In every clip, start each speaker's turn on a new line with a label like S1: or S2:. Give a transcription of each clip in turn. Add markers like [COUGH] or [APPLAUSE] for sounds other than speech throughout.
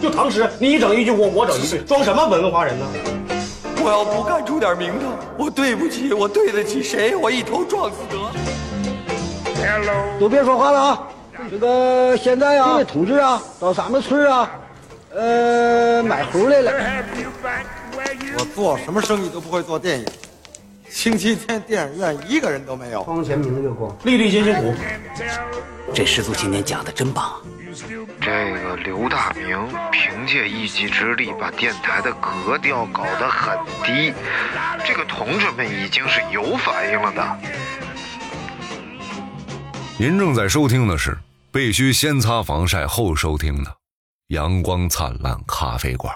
S1: 就唐诗，你一整一句，我我整一句，装什么文化人呢？
S2: 我要不干出点名堂，我对不起，我对得起谁？我一头撞死得了。
S3: 都别说话了啊！
S1: 嗯
S3: 这个现在啊，这位同志啊，到咱们村啊，呃，买猴来了。
S4: 我做什么生意都不会做电影，星期天电影院一个人都没有。
S3: 光前明月光，
S1: 粒粒皆辛苦，
S5: 这师祖今天讲的真棒啊！
S6: 这个刘大明凭借一己之力把电台的格调搞得很低，这个同志们已经是有反应了的。
S7: 您正在收听的是必须先擦防晒后收听的《阳光灿烂咖啡馆》。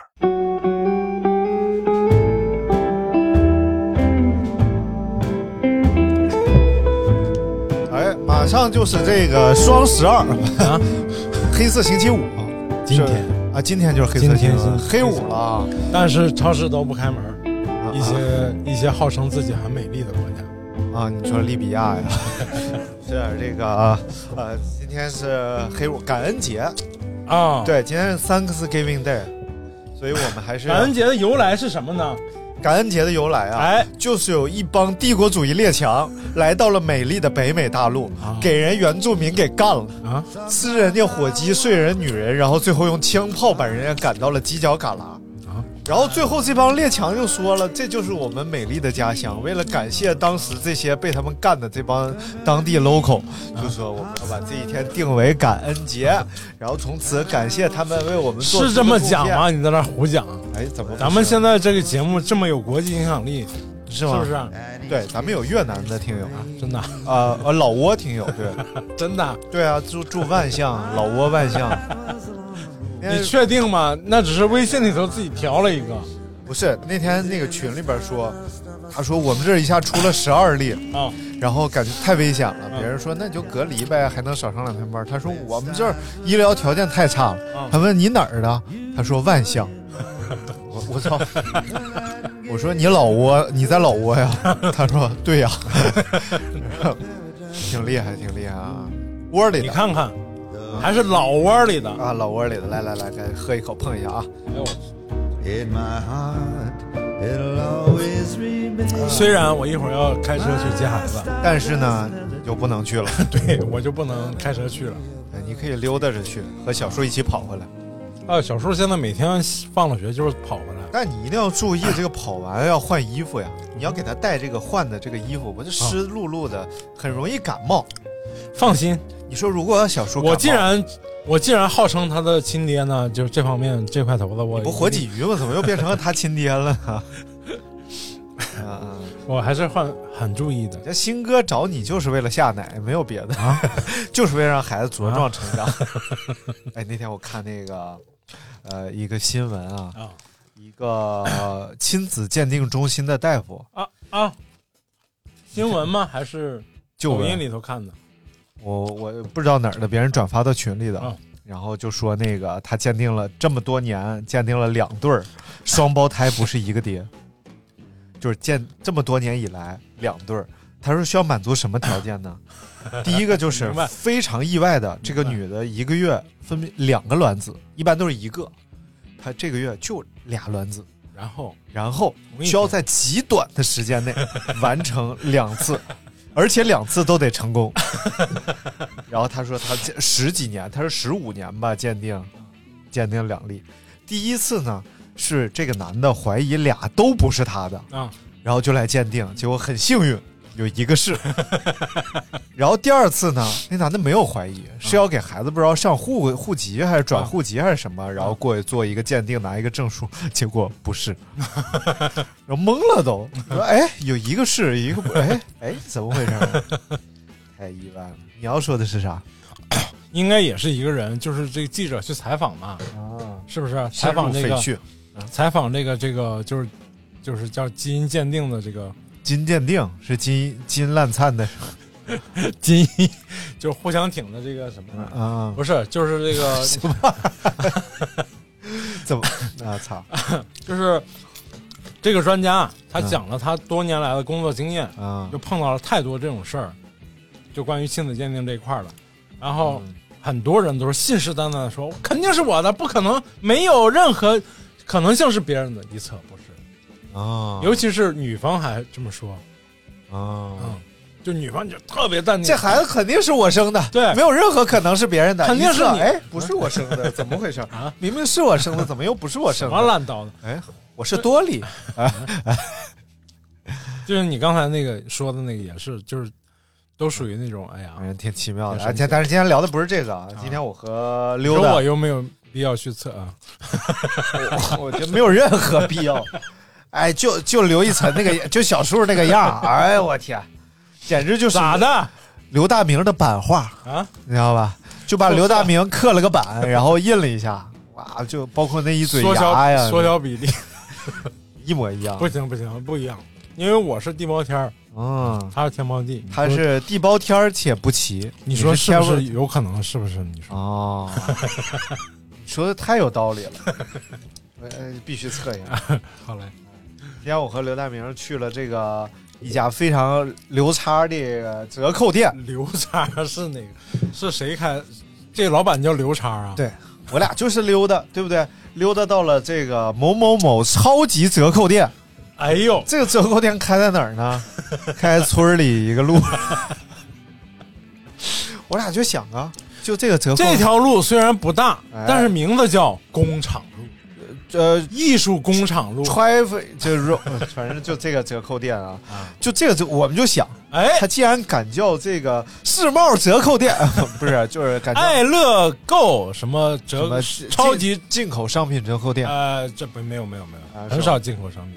S8: 哎，马上就是这个双十二，
S9: 啊，
S8: [LAUGHS] 黑色星期五，
S9: 今
S8: 是
S9: 天
S8: 啊，今天就是黑色
S9: 今
S8: 星
S9: 天
S8: 期五，
S9: 是
S8: 黑五了啊。
S9: 但是超市都不开门儿，
S8: 啊
S9: 一些一些号称自己很美丽的国家，
S8: 啊，你说利比亚呀？ [LAUGHS] 是这个啊，呃，今天是黑五感恩节，
S9: 啊，，
S8: 对，今天是 Thanksgiving Day，所以我们还是
S9: 感恩节的由来是什么呢？
S8: 感恩节的由来啊，
S9: 哎，
S8: 就是有一帮帝国主义列强来到了美丽的北美大陆，
S9: 啊
S8: 给人原住民给干了，
S9: 啊，
S8: 吃人家火鸡，睡人女人，然后最后用枪炮把人家赶到了犄角旮旯。
S9: 啊
S8: 然后最后这帮列强就说了，这就是我们美丽的家乡。为了感谢当时这些被他们干的这帮当地 local，就
S9: 啊
S8: 说我们要把这一天定为感恩节，然后从此感谢他们为我们做
S9: 是
S8: 出
S9: 这
S8: 的
S9: 么
S8: 贡
S9: 讲
S8: 献？
S9: 吗？你在那儿胡讲？啊
S8: 哎，怎么不是？
S9: 咱们现在这个节目这么有国际影响力，
S8: 是哎
S9: 是哎
S8: 吗？
S9: 不是？
S8: 对，咱们有越南的听友，
S9: 真的，
S8: 啊呃，老挝听友，
S9: [LAUGHS]
S8: 对
S9: 真的，
S8: 对啊，住住万象，老挝万象。
S9: 你确定吗？那只是微信里头自己调了一个
S8: 不是那天那个群里边说，他说我们这儿一下出了十二例，
S9: 啊，
S8: 然后感觉太危险
S9: 嗯
S8: 了。别人说那你就隔离呗，还能少上两天班。他说我们这儿医疗条件太差
S9: 嗯
S8: 了。他问你哪儿的？他说万
S9: [LAUGHS]
S8: 象。我我操！ [LAUGHS] 我说你老挝，你在老挝呀？ [LAUGHS] 他说对呀，挺厉害，挺厉害啊！窝里
S9: 你
S8: 的呃
S9: 看看，还是老窝里的。
S8: 啊，老窝里的，来来来，来喝一口碰一下啊！
S9: 哎呦，
S10: In my heart, it'll always remain.
S9: 虽然我一会儿要开车去接孩子，
S8: 但是呢，你就不能去了。 [LAUGHS]
S9: 对我就不能开车去了。
S8: 哎你可以溜达着去，和小树一起跑回来。
S9: 啊，小叔现在每天放了学就是跑回来。
S8: 但你一定要注意，这个跑完要换衣服呀，你要给他带这个换的这个衣服，不就湿漉漉的，很容易感冒。
S9: 放心，
S8: 你说如果小叔感冒，
S9: 我既然我既然号称他的亲爹呢，就是这方面这块头子我
S8: 不活鲫，鱼吗？怎么又变成了他亲爹了
S9: [LAUGHS]
S8: 呢？啊啊！
S9: 我还是很很注意的。
S8: 这新哥找你就是为了下奶，没有别的，
S9: 啊
S8: [LAUGHS] 就是为了让孩子茁壮成
S9: [LAUGHS]
S8: 长。哎，那天我看那个呃一个新闻啊，
S9: 啊
S8: 一个呃亲子鉴定中心的大夫
S9: 啊啊！新闻吗？还是
S8: 就
S9: 抖
S8: 问
S9: 音里头看的？
S8: 我我不知道哪儿的，别人转发到群里的，
S9: 啊
S8: 然后就说那个他鉴定了这么多年，鉴定了两对儿双胞胎不是一个爹，就是鉴这么多年以来两对儿。他说需要满足什么条件
S9: [LAUGHS]
S8: 呢？第一个就是
S9: 明白
S8: 非常意外的，这个女的一个月分别两个卵子，一般都是一个，她这个月就俩卵子，
S9: 然后
S8: 然后
S9: 同意
S8: 需要在极短的时间内完成两次，而且两次都得成功。然后他说他这十几年，他说十五年吧，鉴定鉴定两例。第一次呢是这个男的怀疑俩都不是他的，
S9: 啊，
S8: 然后就来鉴定，结果很幸运有一个是。 [LAUGHS] 然后第二次呢，那男的没有怀疑，是要给孩子不知道上户户籍还是
S9: 啊
S8: 转户籍还是什么，然后过去做一个鉴定，拿一个证书，结果不
S9: [LAUGHS]
S8: 是，然后懵了都，说哎，有一个是，一个不，哎哎，怎么回事儿？太意外了。你要说的是啥？
S9: 应该也是一个人，就是这记者去采访嘛，
S8: 啊，
S9: 是不是？采访这
S8: 翡
S9: 个
S8: 翠
S9: 采访这个这个就是就是叫基因鉴定的这个
S8: 金鉴定是金金烂灿的
S9: 基因， [LAUGHS] 嗯就是互相挺的这个什么。
S8: 啊，
S9: 不是，就是这 [LAUGHS] 个，
S8: 怎么啊？操
S9: 就是这个专家，啊他讲了他多年来的工作经验，
S8: 嗯啊！
S9: 就碰到了太多这种事儿，就关于亲子鉴定这一块儿了。然后
S8: 嗯
S9: 很多人都是信誓旦旦的说，肯定是我的，不可能没有任何可能性是别人的一侧不是，
S8: 啊
S9: 尤其是女方还这么说，
S8: 啊，
S9: 嗯，就女方就特别淡定，啊
S8: 这孩子肯定是我生的，
S9: 嗯对
S8: 没有任何可能是别人的，
S9: 肯定是
S8: 一测
S9: 你
S8: 哎，不是我生的，怎么回事
S9: 啊？
S8: 明明是我生的，怎么又不是我
S9: 什
S8: 生
S9: 么
S8: 的？
S9: 烂刀的，
S8: 哎，我是多里，
S9: [LAUGHS] 就是你刚才那个说的那个也是，就是都属于那种哎呀，
S8: 哎，挺奇妙的。
S9: 挺
S8: 而
S9: 神奇
S8: 且，但是今天聊的不是这个啊，今天我和溜
S9: 说
S8: 达
S9: 我，又没有必要去测啊，
S8: [LAUGHS] 我觉得没有任何必要。哎，就就刘一岑那个，就小叔那个样儿，哎呦我天，简直就是啊
S9: 咋的
S8: 刘大明的版画，
S9: 啊？
S8: 你知道吧？就把刘大明刻了个版，然后印了一下，哇，就包括那一嘴
S9: 缩
S8: 牙
S9: 小
S8: 呀，
S9: 缩小比例， [LAUGHS]
S8: 一模一样
S9: 不。行不行，不一样，因为我是地包天儿，
S8: 嗯，
S9: 他是天包地，
S8: 他是地包天儿且不齐，
S9: 你说是不
S8: 天
S9: 是
S8: 儿
S9: 有可能？是不是？你说
S8: 哦， [LAUGHS] 你说的太有道理了， [LAUGHS] 呃，必须测一下。
S9: 好嘞，
S8: 今天我和刘大明去了这个一家非常流叉的折扣店，
S9: [LAUGHS] 刘叉是哪个？是谁开？这老板叫刘叉啊？
S8: 对我俩就是溜达，对不对？溜达到了这个某某某超级折扣店，
S9: 哎呦，
S8: 这个折扣店开在哪儿
S9: [LAUGHS]
S8: 呢？开村里一个路。 [LAUGHS] 我俩就想啊，就这个折扣，
S9: 这条路虽然不大
S8: 哎，
S9: 但是名字叫工厂路，
S8: 呃
S9: 艺术工厂路。
S8: traffic 就是 [LAUGHS] 反正就这个折扣店啊，就这个折我们就想，
S9: 哎
S8: 他，既然敢叫这个世贸折扣 [LAUGHS] 店，不是就是敢叫
S9: 爱乐购什么
S8: 什
S9: 折
S8: 么进
S9: 超级
S8: 进口商品折扣店，
S9: 呃，这不没有没有没有，
S8: 啊
S9: 很
S8: 是
S9: 少进口商品。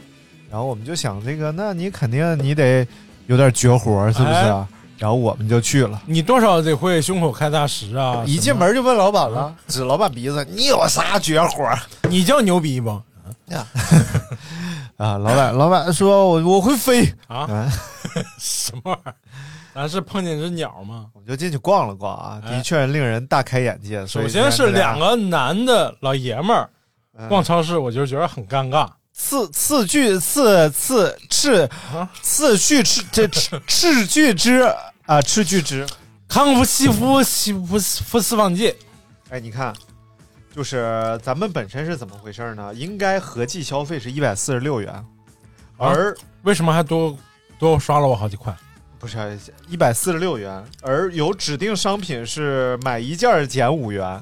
S8: 然后我们就想这个，那你肯定你得有点绝活，是不是啊？然后我们就去了。
S9: 你多少得会胸口开大石
S8: [LAUGHS]
S9: 啊！
S8: 一
S9: 什
S8: 进
S9: 么，
S8: 门就问老板了，指老板鼻子：“你有啥绝活
S9: 你叫牛
S8: [LAUGHS]
S9: 逼不？
S8: 啊？”老板，老板说：“我我会飞。
S9: 啊，
S8: 啊
S9: 什么玩意儿？咱是碰见只鸟吗”？
S8: 我们就进去逛了逛啊，
S9: 哎
S8: 的确令人大开眼界。所以
S9: 首先是两
S8: 个
S9: 个男的老爷们儿
S8: 嗯
S9: 逛超市，我就觉得很尴尬。
S8: 次次句次次斥
S9: 啊
S8: 次句斥这斥斥句之啊斥句之。
S9: 康夫西夫西夫斯夫斯放界，
S8: 哎，你看，就是咱们本身是怎么回事呢？应该合计消费是一百四十六元，而
S9: 为什么还多多刷了我好几块？
S8: 不是一百四十六元，而有指定商品是买一件儿减五元，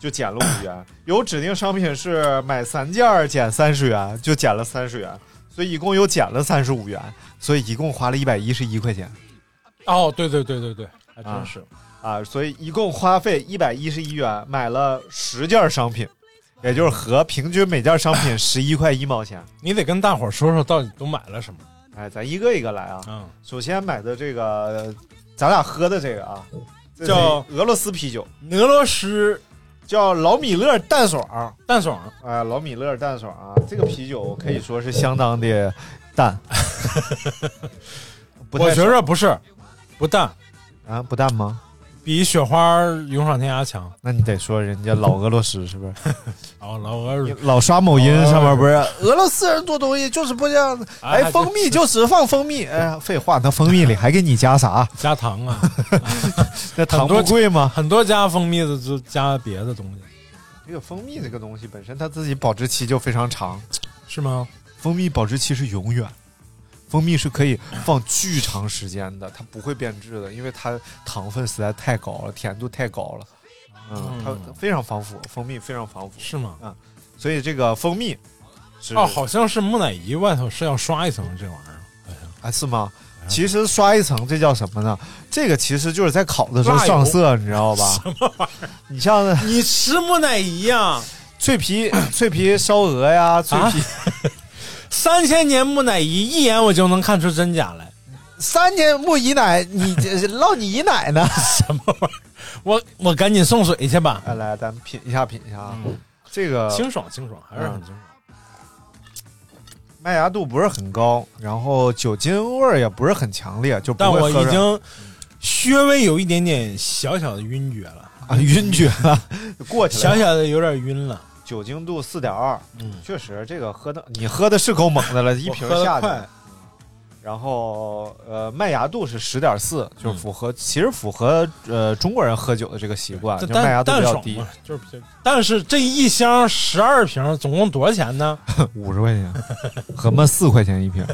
S8: 就减了五元；有指定商品是买三件儿减三十元，就减了三十元。所以一共又减了三十五元，所以一共花了一百一十一块钱
S9: 哦，对对对对对，还真是。
S8: 啊！所以一共花费一百一十一元买了十件儿商品，也就是合平均每件儿商品十一块一毛钱。
S9: 你得跟大伙儿说说到底都买了什么。
S8: 哎，咱一个一个来啊。
S9: 嗯，
S8: 首先买的这个，咱俩喝的这个啊，这是
S9: 嗯叫
S8: 俄罗斯啤酒，
S9: 俄罗斯
S8: 叫老米勒淡爽。
S9: 淡爽，
S8: 哎，老米勒淡爽啊，这个啤酒可以说是相当的
S9: [LAUGHS]
S8: 淡。不太
S9: 我觉
S8: 爽
S9: 着不是，不淡，
S8: 啊，不淡吗？
S9: 比雪花勇闯天涯强。
S8: 那你得说人家老俄罗斯是不是？
S9: 哦，老俄
S8: 你老刷某音上面不是？俄罗斯人做东西就是不一样，哎，蜂蜜就只放蜂 [LAUGHS] 蜜。哎呀，废话，那蜂蜜里还给你加啥？
S9: 加糖啊，
S8: [LAUGHS]
S9: [LAUGHS]
S8: 那糖
S9: 很多
S8: 不贵吗？
S9: 很多加蜂蜜的就加别的东西，
S8: 这个蜂蜜这个东西本身它自己保质期就非常长，
S9: 是吗？
S8: 蜂蜜保质期是永远，蜂蜜是可以放巨长时间的，它不会变质的，因为它糖分实在太高了，甜度太高了。嗯，它它非常防腐，蜂蜜非常防腐，
S9: 是吗？
S8: 所以这个蜂蜜是
S9: 哦，好像是木乃伊外头是要刷一层这玩意儿，
S8: 啊是吗？其实刷一层这叫什么呢？这个其实就是在烤的时候
S9: 辣油
S8: 上色，你知道吧？什么玩意儿？你像
S9: 你吃木乃伊啊呀、
S8: 脆皮脆皮烧鹅呀，脆皮、
S9: 三千年木乃伊一眼我就能看出真假来， [LAUGHS]
S8: 三年木姨奶，你这唠你姨奶呢？
S9: 什么玩意儿？我我赶紧送水去吧，
S8: 来来，咱品一下品一下啊，这个
S9: 清爽清爽，还是很清
S8: 嗯
S9: 爽。
S8: 麦芽度不是很高，然后酒精味儿也不是很强烈，就不
S9: 但
S8: 会
S9: 我
S8: 喝
S9: 已
S8: 着
S9: 经稍微有一点点小小的晕厥了，
S8: 啊晕厥了，过去
S9: 小
S8: 了。
S9: 小的有点晕了。
S8: 酒精度四点二，
S9: 嗯 [LAUGHS]
S8: 确实这个喝的你喝的是够猛的了，一
S9: 我
S8: 瓶
S9: 喝得
S8: 下去
S9: 快。
S8: 然后呃麦芽度是十点四，
S9: 嗯
S8: 就符合、其实符合呃中国人喝酒的这个习惯，啊就麦芽度比
S9: 淡淡
S8: 较
S9: 爽
S8: 低
S9: 嘛，，就是比较。但是这一箱十二瓶，总共多少钱呢？
S8: 五十块钱， [LAUGHS] 合嘛四块钱一瓶，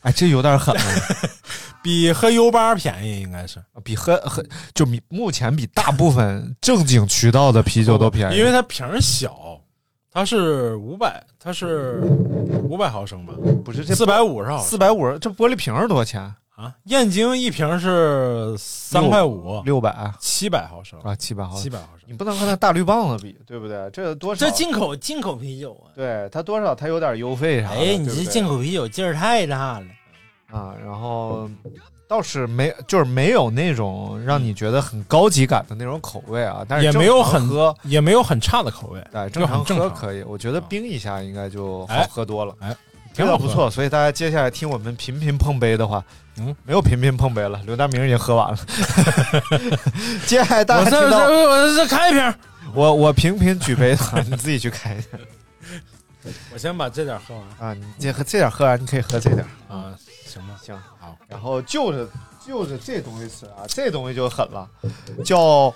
S8: 哎，这有点狠了，
S9: 比喝 U 八便宜，应该是
S8: [LAUGHS] 比喝喝就比目前比大部分正经渠道的啤酒都便宜，
S9: 因为它瓶儿小，它是五百，它是五百毫升吧？
S8: 不是这
S9: 四百五十毫
S8: 四
S9: 升
S8: 百五十，这玻璃瓶儿多少钱？
S9: 啊？燕京一瓶是三块五，
S8: 六百啊，
S9: 七百毫升，
S8: 七百毫
S9: 哦七
S8: 升，
S9: 百毫升。
S8: 你不能和那大绿棒子比，对不对？这多少？
S11: 这进口进口啤酒啊！
S8: 对它多少它有点优惠啥的。
S11: 哎，你
S8: 对不
S11: 这
S8: 对
S11: 进口啤酒劲儿太大了。
S8: 啊，然后倒是没，就是没有那种让你觉得很高级感的那种口味啊，但是
S9: 也没有很
S8: 正常喝，
S9: 也没有很差的口味，
S8: 对，
S9: 就
S8: 正
S9: 很
S8: 常
S9: 正
S8: 喝
S9: 常。
S8: 可以。我觉得冰一下应该就好
S9: 哎
S8: 喝多了，
S9: 哎，
S8: 味
S9: 挺
S8: 道
S9: 好
S8: 不
S9: 喝
S8: 错。所以大家接下来听我们频频碰杯的话，
S9: 嗯，
S8: 没有频频碰杯了，刘大明已经喝完了。 [LAUGHS] 接下来大
S9: 我
S8: 家
S9: 这
S8: 听到
S9: 这我这开一瓶，
S8: 我我频频举杯的话，你自己去开一下
S9: 我先把这点喝完
S8: 啊。你这喝这点喝完，你可以喝这点。
S9: 啊，行吧，
S8: 行
S9: 好，
S8: 然后就是就是这东西吃啊，这东西就狠了，叫呃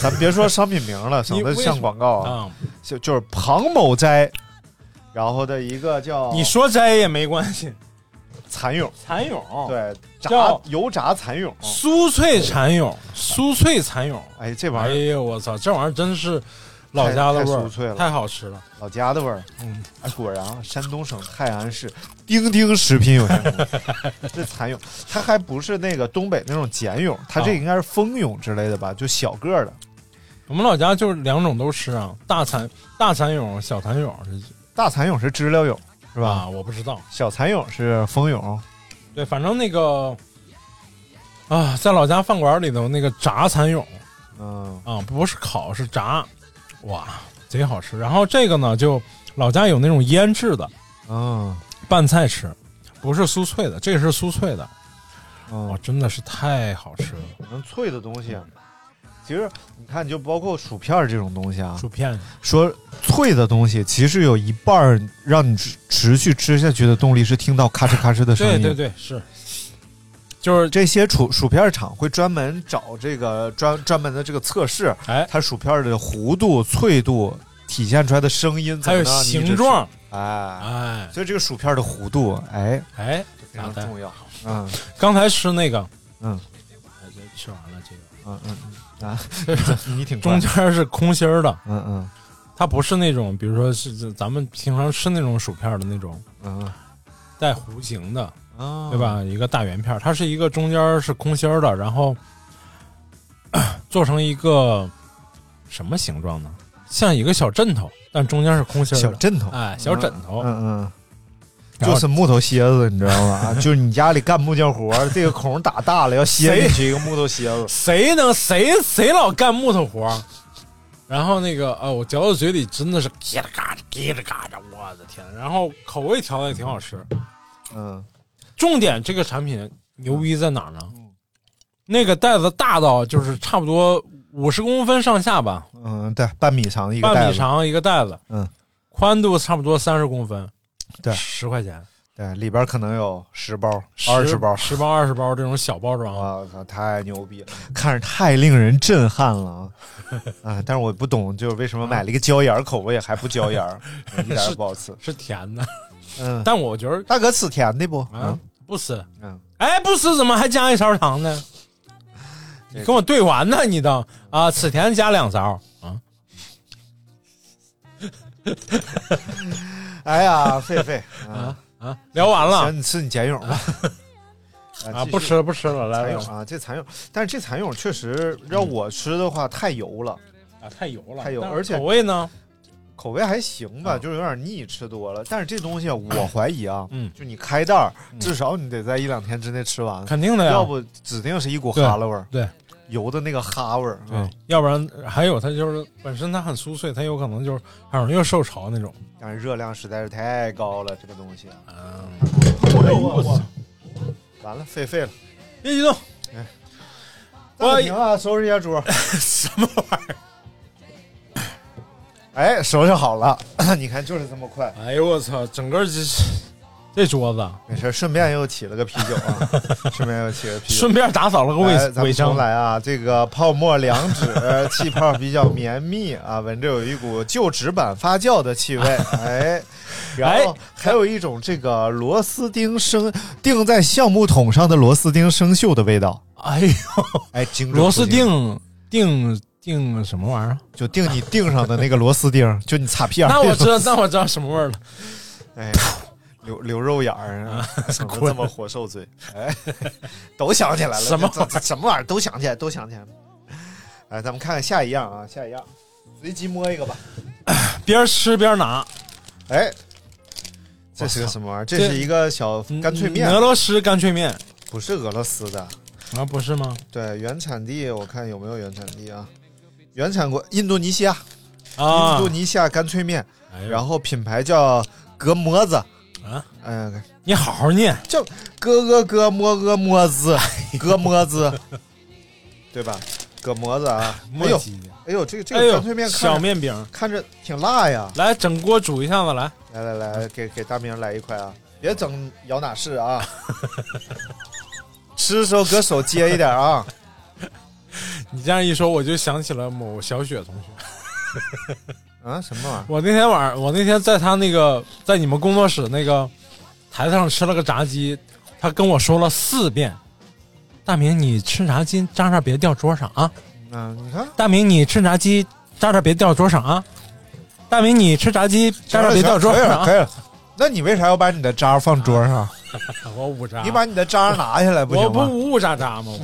S8: 咱别说商品名了，省得像广告啊，
S9: 啊，
S8: 就就是庞某斋，然后的一个叫
S9: 你说摘也没关系，
S8: 蚕蛹，
S9: 蚕蛹，，
S8: 对，炸
S9: 哦叫哦
S8: 油炸蚕蛹，
S9: 酥脆蚕蛹，酥脆蚕蛹，
S8: 哎，这玩
S9: 哎
S8: 意儿
S9: 呦我操，这玩意儿真是老家的味
S8: 太太酥脆了
S9: 儿，太好吃了，
S8: 老家的味儿，
S9: 嗯，
S8: 哎，果然啊，山东省泰安市丁丁食品有限公司，这蚕蛹，它还不是那个东北那种茧蛹，它这
S9: 啊
S8: 应该是蜂蛹之类的吧，就小个儿的。
S9: 我们老家就是两种都吃啊，大蚕大蚕蛹，小蚕蛹
S8: 大蚕蛹是知了蛹是
S9: 是
S8: 吧？
S9: 我不知道，
S8: 小蚕蛹是蜂蛹，
S9: 对，反正那个啊，在老家饭馆里头那个炸蚕蛹。
S8: 嗯，
S9: 啊，不是烤是炸，哇，贼好吃。然后这个呢，就老家有那种腌制的
S8: 嗯，
S9: 拌菜吃，不是酥脆的，这个是酥脆的，哇，
S8: 嗯，
S9: 真的是太好吃了。
S8: 能脆的东西，啊其实你看，就包括薯片儿这种东西啊，
S9: 薯片，
S8: 说脆的东西，其实有一半儿让你持持续吃下去的动力是听到咔哧咔哧的声
S9: 对
S8: 音。
S9: 对对，是，就是
S8: 这些薯薯片厂会专门找这个专专门的这个测试，
S9: 哎，
S8: 它薯片儿的弧度、脆度体现出来的声音，
S9: 还有形，状，
S8: 哎，
S9: 哎
S8: 所以这个薯片儿的弧度，哎，
S9: 哎，
S8: 非常重要。嗯
S9: 刚才吃那个，
S8: 嗯
S9: 哎，这吃完了这个，
S8: 嗯嗯嗯
S9: [LAUGHS]
S8: 啊，你挺快
S9: 中间是空心儿的，
S8: 嗯嗯
S9: 它不是那种，比如说是咱们平常吃那种薯片的那种
S8: 嗯
S9: 带弧形的，
S8: 啊
S9: 对？吧？一个大圆片儿，它是一个中间儿是空心儿的，然后 [COUGHS] 咳做成一个什么形状呢？像一个小枕头，但中间是空心儿
S8: 小
S9: 的，
S8: 枕头，
S9: 哎，小枕头，
S8: 嗯嗯，
S9: 然后
S8: 就是木头楔子，你知道吗？ [LAUGHS] 就是你家里干木匠活儿，这个孔打大
S9: [LAUGHS]
S8: 了要楔进去一个木头楔子，
S9: 谁能谁谁老干木头活儿？然后那个啊，我嚼到嘴里真的是叽里嘎吱，叽里嘎吱，我的天！然后口味调的也挺好吃。
S8: 嗯
S9: 重点这个产品牛逼在哪儿呢？
S8: 嗯
S9: 那个袋子大到就是差不多五十公分上下吧，
S8: 嗯，对，半米长一个
S9: 半
S8: 袋
S9: 米
S8: 子，
S9: 长一个袋子，
S8: 嗯，
S9: 宽度差不多三十公分，
S8: 对
S9: 十块钱，
S8: 对，里边可能有十包、二十包。
S9: 十包、二十包这种小包装啊，
S8: 我靠，太牛逼了，看着太令人震撼了啊！
S9: [LAUGHS]
S8: 啊，但是我不懂，就是为什
S9: 嗯
S8: 么买了一个椒盐儿口味还不椒盐
S9: [LAUGHS]
S8: 儿，一点儿也不好吃。
S9: 是甜的，
S8: 嗯，
S9: 但我觉得
S8: 大哥吃甜的不？
S9: 啊，不吃，
S8: 嗯，
S9: 哎，不吃怎么还加一勺糖呢？你跟我对完呢，你都啊，此甜加两勺啊，
S8: 哎呀，狒
S9: [LAUGHS]
S8: 狒啊！
S9: 啊，聊完了
S8: 行，你吃你茧蛹
S9: [LAUGHS]
S8: 吧。
S9: 啊，
S8: 继续
S9: 不吃了不吃了，来
S8: 蚕
S9: 来
S8: 蛹啊，这蚕蛹，但是这蚕蛹确实让
S9: 嗯
S8: 我吃的话太油了，
S9: 啊，太油了，
S8: 太油
S9: 但是
S8: 而且嗯
S9: 口味呢，
S8: 口味还行吧，
S9: 嗯
S8: 就是有点腻，吃多了。但是这
S9: [CLEARS THROAT]
S8: 东西啊我怀疑啊，
S9: 嗯
S8: 就你开袋儿，至少你得在一两天之内吃完，
S9: 肯定的呀，啊
S8: 要不指定是一股哈喇味儿，
S9: 对，
S8: 油的那个哈味儿，
S9: 对
S8: 嗯，，
S9: 要不然还有它就是本身它很酥脆，它有可能就是很容易受潮那种。
S8: 但是热量实在是太高了，这个东西啊。
S9: 嗯，
S8: 哎完了，废废了。
S9: 别激动， [LAUGHS]
S8: 暂停啊，收拾一下桌。
S9: 什么玩意儿？
S8: [COUGHS] 哎，收拾好了，你看就是这么快。
S9: 哎呦我操，整个这这桌子
S8: 没事，顺便又起了个啤酒啊，顺便又起了啤酒，
S9: 顺便打扫了个卫
S8: 来哎咱们
S9: 卫生
S8: 重来啊，这个泡沫两指，气泡比较绵密啊，闻着有一股旧纸板发酵的气味，
S9: [LAUGHS]
S8: 哎，然后还有一种这个螺丝钉生钉在橡木桶上的螺丝钉生锈的味道，
S9: 哎呦，
S8: 哎，精准
S9: 螺丝
S8: 不精准
S9: 钉钉钉什么玩意儿？啊
S8: 就钉你钉上的那个螺丝钉，就你擦屁 [LAUGHS] 眼儿
S9: 那我
S8: 那种
S9: 知道，那我知道什么味儿了。
S8: 哎，留留肉眼儿啊， [LAUGHS] 怎么
S9: 滚
S8: 这么活受罪？哎， [LAUGHS] 都想起来了，
S9: 什么
S8: 这这什么玩意儿都想起来，都想起来了。哎，咱们看看下一样啊，下一样，随机摸一个吧。
S9: 边吃边拿。
S8: 哎，这是个什么玩意儿？这是一个小干脆面，
S9: 嗯俄罗斯干脆面
S8: 不是俄罗斯的。
S9: 啊，不是吗？
S8: 对，原产地我看有没有原产地啊？原产国印度尼西亚，
S9: 啊
S8: 印度尼西亚干脆面，
S9: 哎呦
S8: 然后品牌叫格摩子。
S9: 啊，
S8: 哎呀，
S9: 你好好念，
S8: 叫咯咯咯摸咯摸子， [LAUGHS] 咯摸子，对吧？葛摩子啊，哎
S9: 墨
S8: 呦，
S9: 迹的。
S8: 哎呦，这个这
S9: 哎
S8: 个
S9: 呦
S8: 干脆面看着
S9: 小面饼，
S8: 看着挺辣呀！
S9: 来整锅煮一下子，来，
S8: 来来来，给给大明来一块啊！别整摇哪式啊！ [LAUGHS] 吃的时候搁手接一点啊！
S9: 你这样一说，我就想起了某小雪同学。
S8: [LAUGHS] 啊，什么玩意
S9: 我那天晚上，我那天在他那个在你们工作室那个台子上吃了个炸鸡，他跟我说了四遍：“大明，你吃炸鸡渣渣别掉桌上啊！
S8: 儿啊？你看，
S9: 大明，你吃炸鸡渣渣别掉桌上啊！大明，你吃炸鸡渣渣别掉桌
S8: 可以
S9: 上
S8: 了，可以
S9: 啊
S8: 了。那你为啥要把你的渣儿放桌上？！”
S9: 我五渣，
S8: 你把你的渣儿拿下来不
S9: 我
S8: 行
S9: 不
S8: 吗？
S9: 五五渣渣吗？我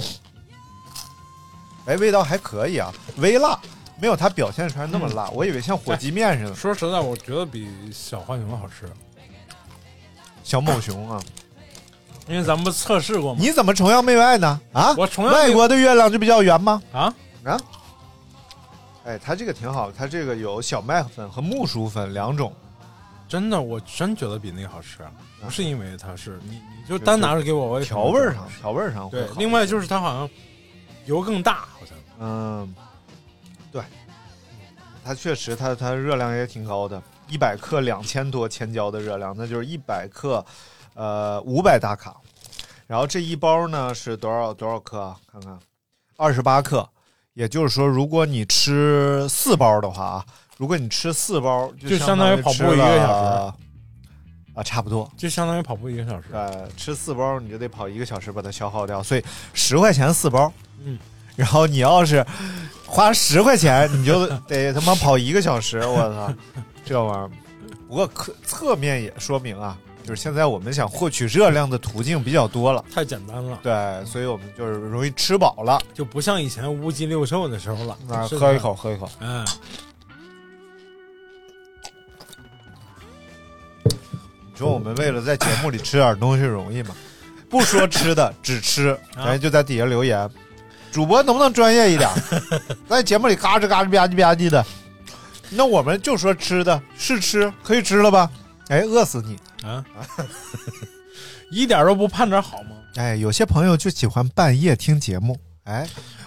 S8: 哎，味道还可以啊，微辣，没有它表现出来那么辣。我以为像火鸡面似的。
S9: 说实在，我觉得比小浣熊好吃，
S8: 小某熊 [LAUGHS] 啊，
S9: 因为咱们不测试过吗？
S8: 你怎么崇洋媚外呢？啊，
S9: 我崇洋媚
S8: 外国的月亮就比较圆吗？
S9: 啊
S8: 啊！哎，它这个挺好，它这个有小麦粉和木薯粉两种，
S9: 真的，我真觉得比那个好吃，啊不是因为它是你，你就单拿着给我，我也
S8: 调味儿上调味儿上会
S9: 对
S8: 好。
S9: 另外就是它好像油更大，好像
S8: 嗯，对，嗯它确实它它热量也挺高的，一百克两千多千焦的热量，那就是一百克，呃，五百大卡。然后这一包呢是多少多少克啊？看看，二十八克。也就是说，如果你吃四包的话啊，如果你吃四包，
S9: 就相
S8: 相
S9: 当于
S8: 于
S9: 跑步
S8: 吃
S9: 一个小
S8: 了啊，差不多。
S9: 就相当于跑步一个小时。
S8: 呃，吃四包你就得跑一个小时把它消耗掉，所以十块钱四包。
S9: 嗯，
S8: 然后你要是花十块钱，你就得他妈跑一个小时，我操，这玩意儿。不过侧侧面也说明啊，就是现在我们想获取热量的途径比较多了，
S9: 太简单了，
S8: 对，所以我们就是容易吃饱了，
S9: 就不像以前乌鸡六兽的时候了。
S8: 那
S9: 是
S8: 喝
S9: 的
S8: 一口，喝一口，
S9: 嗯，
S8: 你说我们为了在节目里吃点东西容易吗？ [LAUGHS] 不说吃的，只吃，人
S9: 啊
S8: 家就在底下留言，主播能不能专业一点？在节目里嘎吱嘎吱吧唧吧唧的，那我们就说吃的，是吃，可以吃了吧？哎，饿死你！
S9: 啊，一点都不盼点好吗？
S8: 哎，有些朋友就喜欢半夜听节目，哎，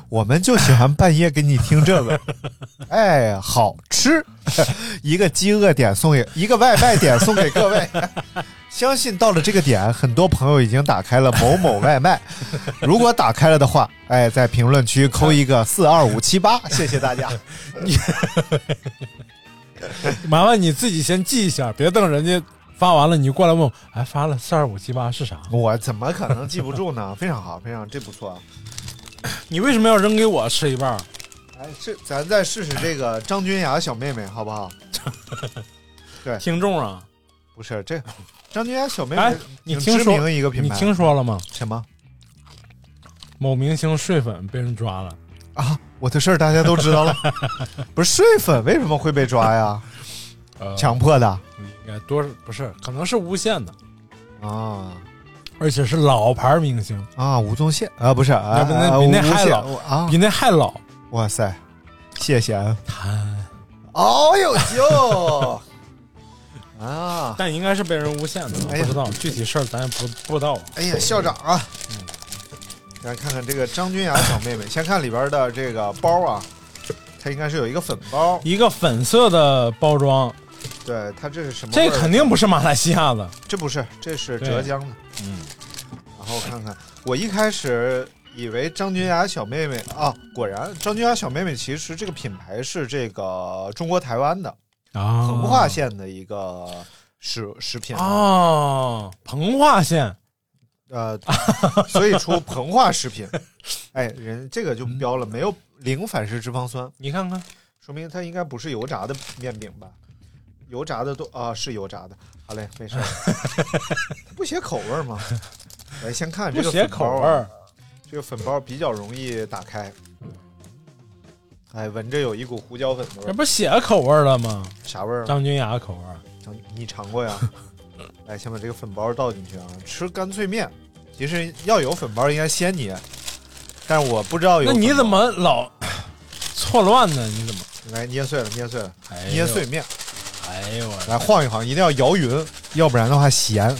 S8: 我们就喜欢半夜给你听这个，哎，好吃，一个饥饿点送给一个外卖点送给各位。相信到了这个点，很多朋友已经打开了某某外卖。如果打开了的话，哎，在评论区扣一个四二五七八，谢谢大家。
S9: 麻烦你自己先记一下，别等人家发完了你就过来问我，哎，发了四二五七八是啥？
S8: 我怎么可能记不住呢？非常好，非常这不错啊！
S9: 你为什么要扔给我吃一半儿？
S8: 哎，是咱再试试这个张君雅小妹妹好不好？
S9: 听众啊，
S8: 不是这张君雅小妹妹，
S9: 哎，你
S8: 挺
S9: 听
S8: 知
S9: 说
S8: 名一个品
S9: 你
S8: 牌，
S9: 听说了吗？
S8: 什么
S9: 某明星睡粉被人抓了，
S8: 啊？我的事儿大家都知道了，不是睡粉为什么会被抓呀？
S9: 呃，
S8: 强迫的
S9: 应该多不是，可能是诬陷的，呃
S8: 啊
S9: 而且是老牌明星，
S8: 啊！吴宗宪啊，不是啊，
S9: 那比那
S8: 啊
S9: 比那
S8: 吴
S9: 还
S8: 宪
S9: 老
S8: 啊！
S9: 比那还老。
S8: 哇塞，谢谢啊！
S9: 他，
S8: 哦呦呦啊！
S9: 但应该是被人诬陷的，
S8: 哎
S9: 不
S8: 呀
S9: 知道具体事儿咱也不不知道。
S8: 哎呀，校长啊，来看看这个张君雅小妹妹，先看里边的这个包啊，它应该是有一个粉包，
S9: 一个粉色的包装，
S8: 对，它这是什么味儿？
S9: 这肯定不是马来西亚的，
S8: 这不是，这是
S9: 对
S8: 浙江的。
S9: 嗯，
S8: 然后看看，我一开始以为张君雅小妹妹啊，果然张君雅小妹妹其实这个品牌是这个中国台湾的
S9: 啊
S8: 横化县的一个食食品啊
S9: 哦，膨化县
S8: 呃，所以出膨化食
S9: [LAUGHS]
S8: 品。哎，人这个就标了，没有零反式脂肪酸，
S9: 你看看，
S8: 说明它应该不是油炸的面饼吧？油炸的都啊是油炸的，好嘞，没
S9: [LAUGHS]
S8: 事儿。不写口味儿吗？来，先看这个
S9: 不写
S8: 粉包啊
S9: 口味儿，嗯
S8: 这个粉包比较容易打开。哎，闻着有一股胡椒粉的味
S9: 这
S8: 儿，
S9: 不写口味儿了吗？
S8: 啥味儿啊？
S9: 张君雅口味儿，
S8: 尝你尝过
S9: [LAUGHS]
S8: 呀？来，先把这个粉包倒进去啊。吃干脆面，其实要有粉包应该先捏，但哎是我不知道有
S9: 那
S8: 粉包。
S9: 你怎么老 [SNIFFS] 错乱呢？你怎么？哎
S8: 来捏碎了？捏碎了，
S9: 呦
S8: 捏碎面，
S9: 哎呦我
S8: 来晃一晃，一定要摇匀，要不然的话咸。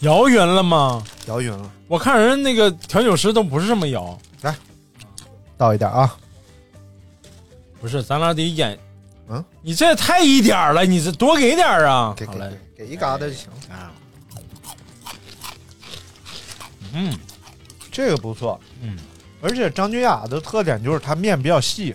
S9: 摇匀了吗？
S8: 摇匀了，
S9: 我看人那个调酒师都不是这么摇，
S8: 倒一点啊。
S9: 不是，咱俩得演。
S8: 嗯，
S9: 你这也太一点儿了，你这多给点儿啊！
S8: 给
S9: 好嘞，
S8: 给一疙瘩就行。
S9: 嗯，
S8: 这个不错。
S9: 嗯，
S8: 而且张君雅的特点就是它面比较细，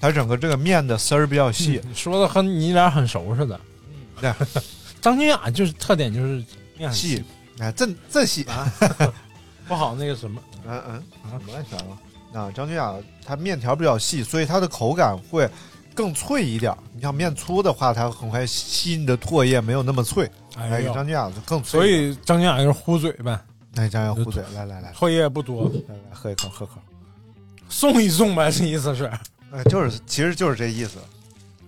S8: 它整个这个面的丝儿比较细。
S9: 你嗯说的和你俩很熟似的。
S8: 嗯对，
S9: [LAUGHS] 张君雅就是特点就是面很
S8: 细，哎，这这细
S9: 啊，不好那个什么，
S8: 嗯嗯，什么乱七八糟啊，张君雅它面条比较细，所以它的口感会更脆一点儿。你像面粗的话，它很快吸你的唾液，没有那么脆。
S9: 哎
S8: 哎，
S9: 呦
S8: 张君雅更脆。
S9: 所，以张君雅就是糊嘴呗，
S8: 哎，张君雅糊嘴，来来来，
S9: 唾液不多，
S8: 来来喝一口，喝口。
S9: 送一送呗，这意思是。
S8: 哎，就是，其实就是这意思。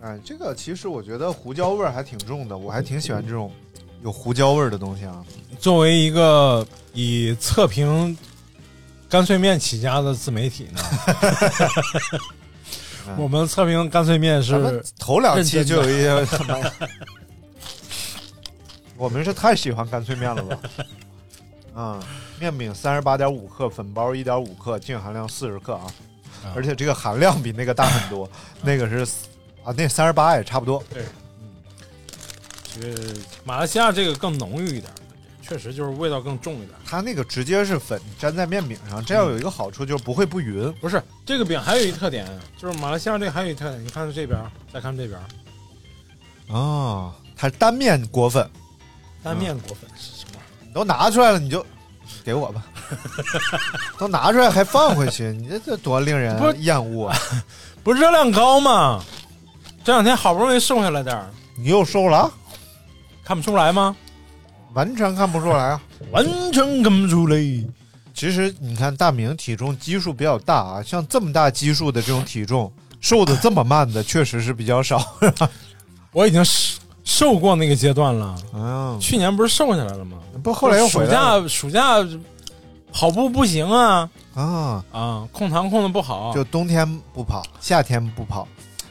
S8: 哎，这个其实我觉得胡椒味儿还挺重的，我还挺喜欢这种有胡椒味儿的东西啊。
S9: 作为一个以测评干脆面起家的自媒体 [LAUGHS] 呢，我们测评干脆面
S8: 咱们
S9: 是
S8: 头两期
S9: 认真
S8: 就
S9: 的
S8: 有一些 [LAUGHS] 他妈，我们是太喜欢干脆面了吧？嗯，面饼三十八点五克，粉包一点五克，净含量四十克啊，而且这个含量比那个大很多，那个是啊，那三十八也差不多。
S9: 对，这个呃马来西亚这个更浓郁一点，确实就是味道更重一点。
S8: 它那个直接是粉粘在面饼上，这样有一个好处就是不会不匀。
S9: 不是这个饼还有一特点，就是马来西亚这个还有一特点，你看这边，再看这边，
S8: 哦，它是单面裹粉，
S9: 单面裹粉是什么玩意
S8: 你都拿出来了你就给我
S9: [LAUGHS]
S8: 吧，都拿出来还放回去，你这这多令人
S9: 不是
S8: 厌恶啊！
S9: 儿？不是热量高吗？这两天好不容易瘦下来点儿，
S8: 你又瘦了啊，
S9: 看不出来吗？
S8: 完全看不出来啊！
S9: 完全看不出来。
S8: 其实你看大明体重基数比较大啊，像这么大基数的这种体重，瘦的这么慢的确实是比较少。 [LAUGHS]
S9: 我已经瘦瘦过那个阶段了。
S8: 嗯，
S9: 去年不是瘦下来了吗？
S8: 不后来又回
S9: 暑
S8: 来了
S9: 假暑假跑步不行啊
S8: 啊，
S9: 啊，控糖控的不好。
S8: 就冬天不跑，夏天不跑，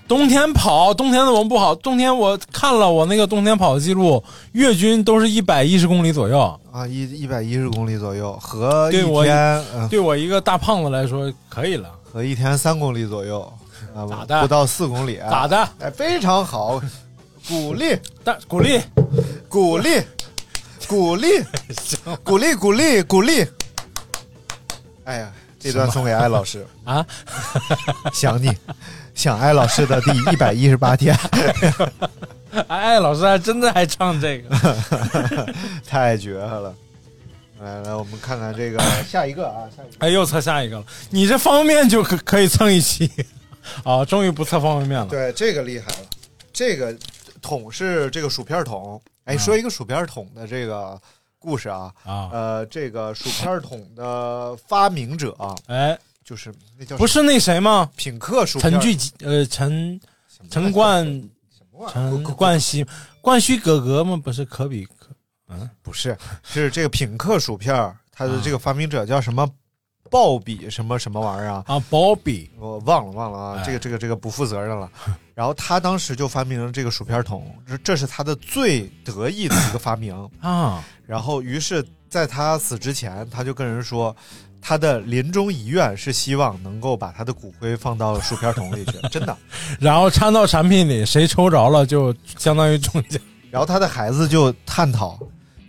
S9: 冬天跑，冬天怎么不好？冬天我看了我那个冬天跑的记录，月均都是一百一十公里左右。
S8: 啊，一一百一十公里左右，和一
S9: 对我
S8: 天嗯
S9: 对我一个大胖子来说，可以了。
S8: 和一天三公里左右，啊，
S9: 咋的
S8: 不到四公里，
S9: 咋？的？
S8: 哎，非常好，鼓励，
S9: 但鼓励
S8: 鼓励，鼓 [LAUGHS] 励，鼓励，鼓励，鼓励。哎呀，这段送给艾老师，
S9: 啊， [LAUGHS]
S8: 想你，想艾老师的第一百一十八天， [LAUGHS]
S9: 哎，老师还真的还唱这个。
S8: 太绝了。来来，我们看看这个 [COUGHS] 下一个啊，下一个
S9: 哎，又测下一个了。你这方便面就可可以蹭一期啊！终于不测方便面了。
S8: 对，这个厉害了，这个桶是这个薯片桶。哎，说一个薯片桶的这个故事啊，
S9: 啊
S8: 呃，这个薯片桶的发明者啊，
S9: 哎，
S8: 就是那 [LAUGHS] 叫
S9: 不是那谁吗？
S8: 品客薯片
S9: 陈巨基呃陈
S8: [LAUGHS]
S9: 陈冠陈
S8: 不
S9: 冠希冠希哥哥吗？不是可比可
S8: 不是，是这个品客薯片儿，它的这
S9: 啊
S8: 个发明者叫什么？鲍比什么什么玩意儿啊？
S9: 啊，Bobby
S8: 我忘了忘了啊，
S9: 哎
S8: 这个这个这个不负责任了。然后他当时就发明了这个薯片桶，这这是他的最得意的一个发明。
S9: 啊，
S8: 然后于是在他死之前，他就跟人说，他的临终遗愿是希望能够把他的骨灰放到薯片桶里去，真的。
S9: 然后掺到产品里，谁抽着了就相当于中奖。
S8: 然后他的孩子就探讨，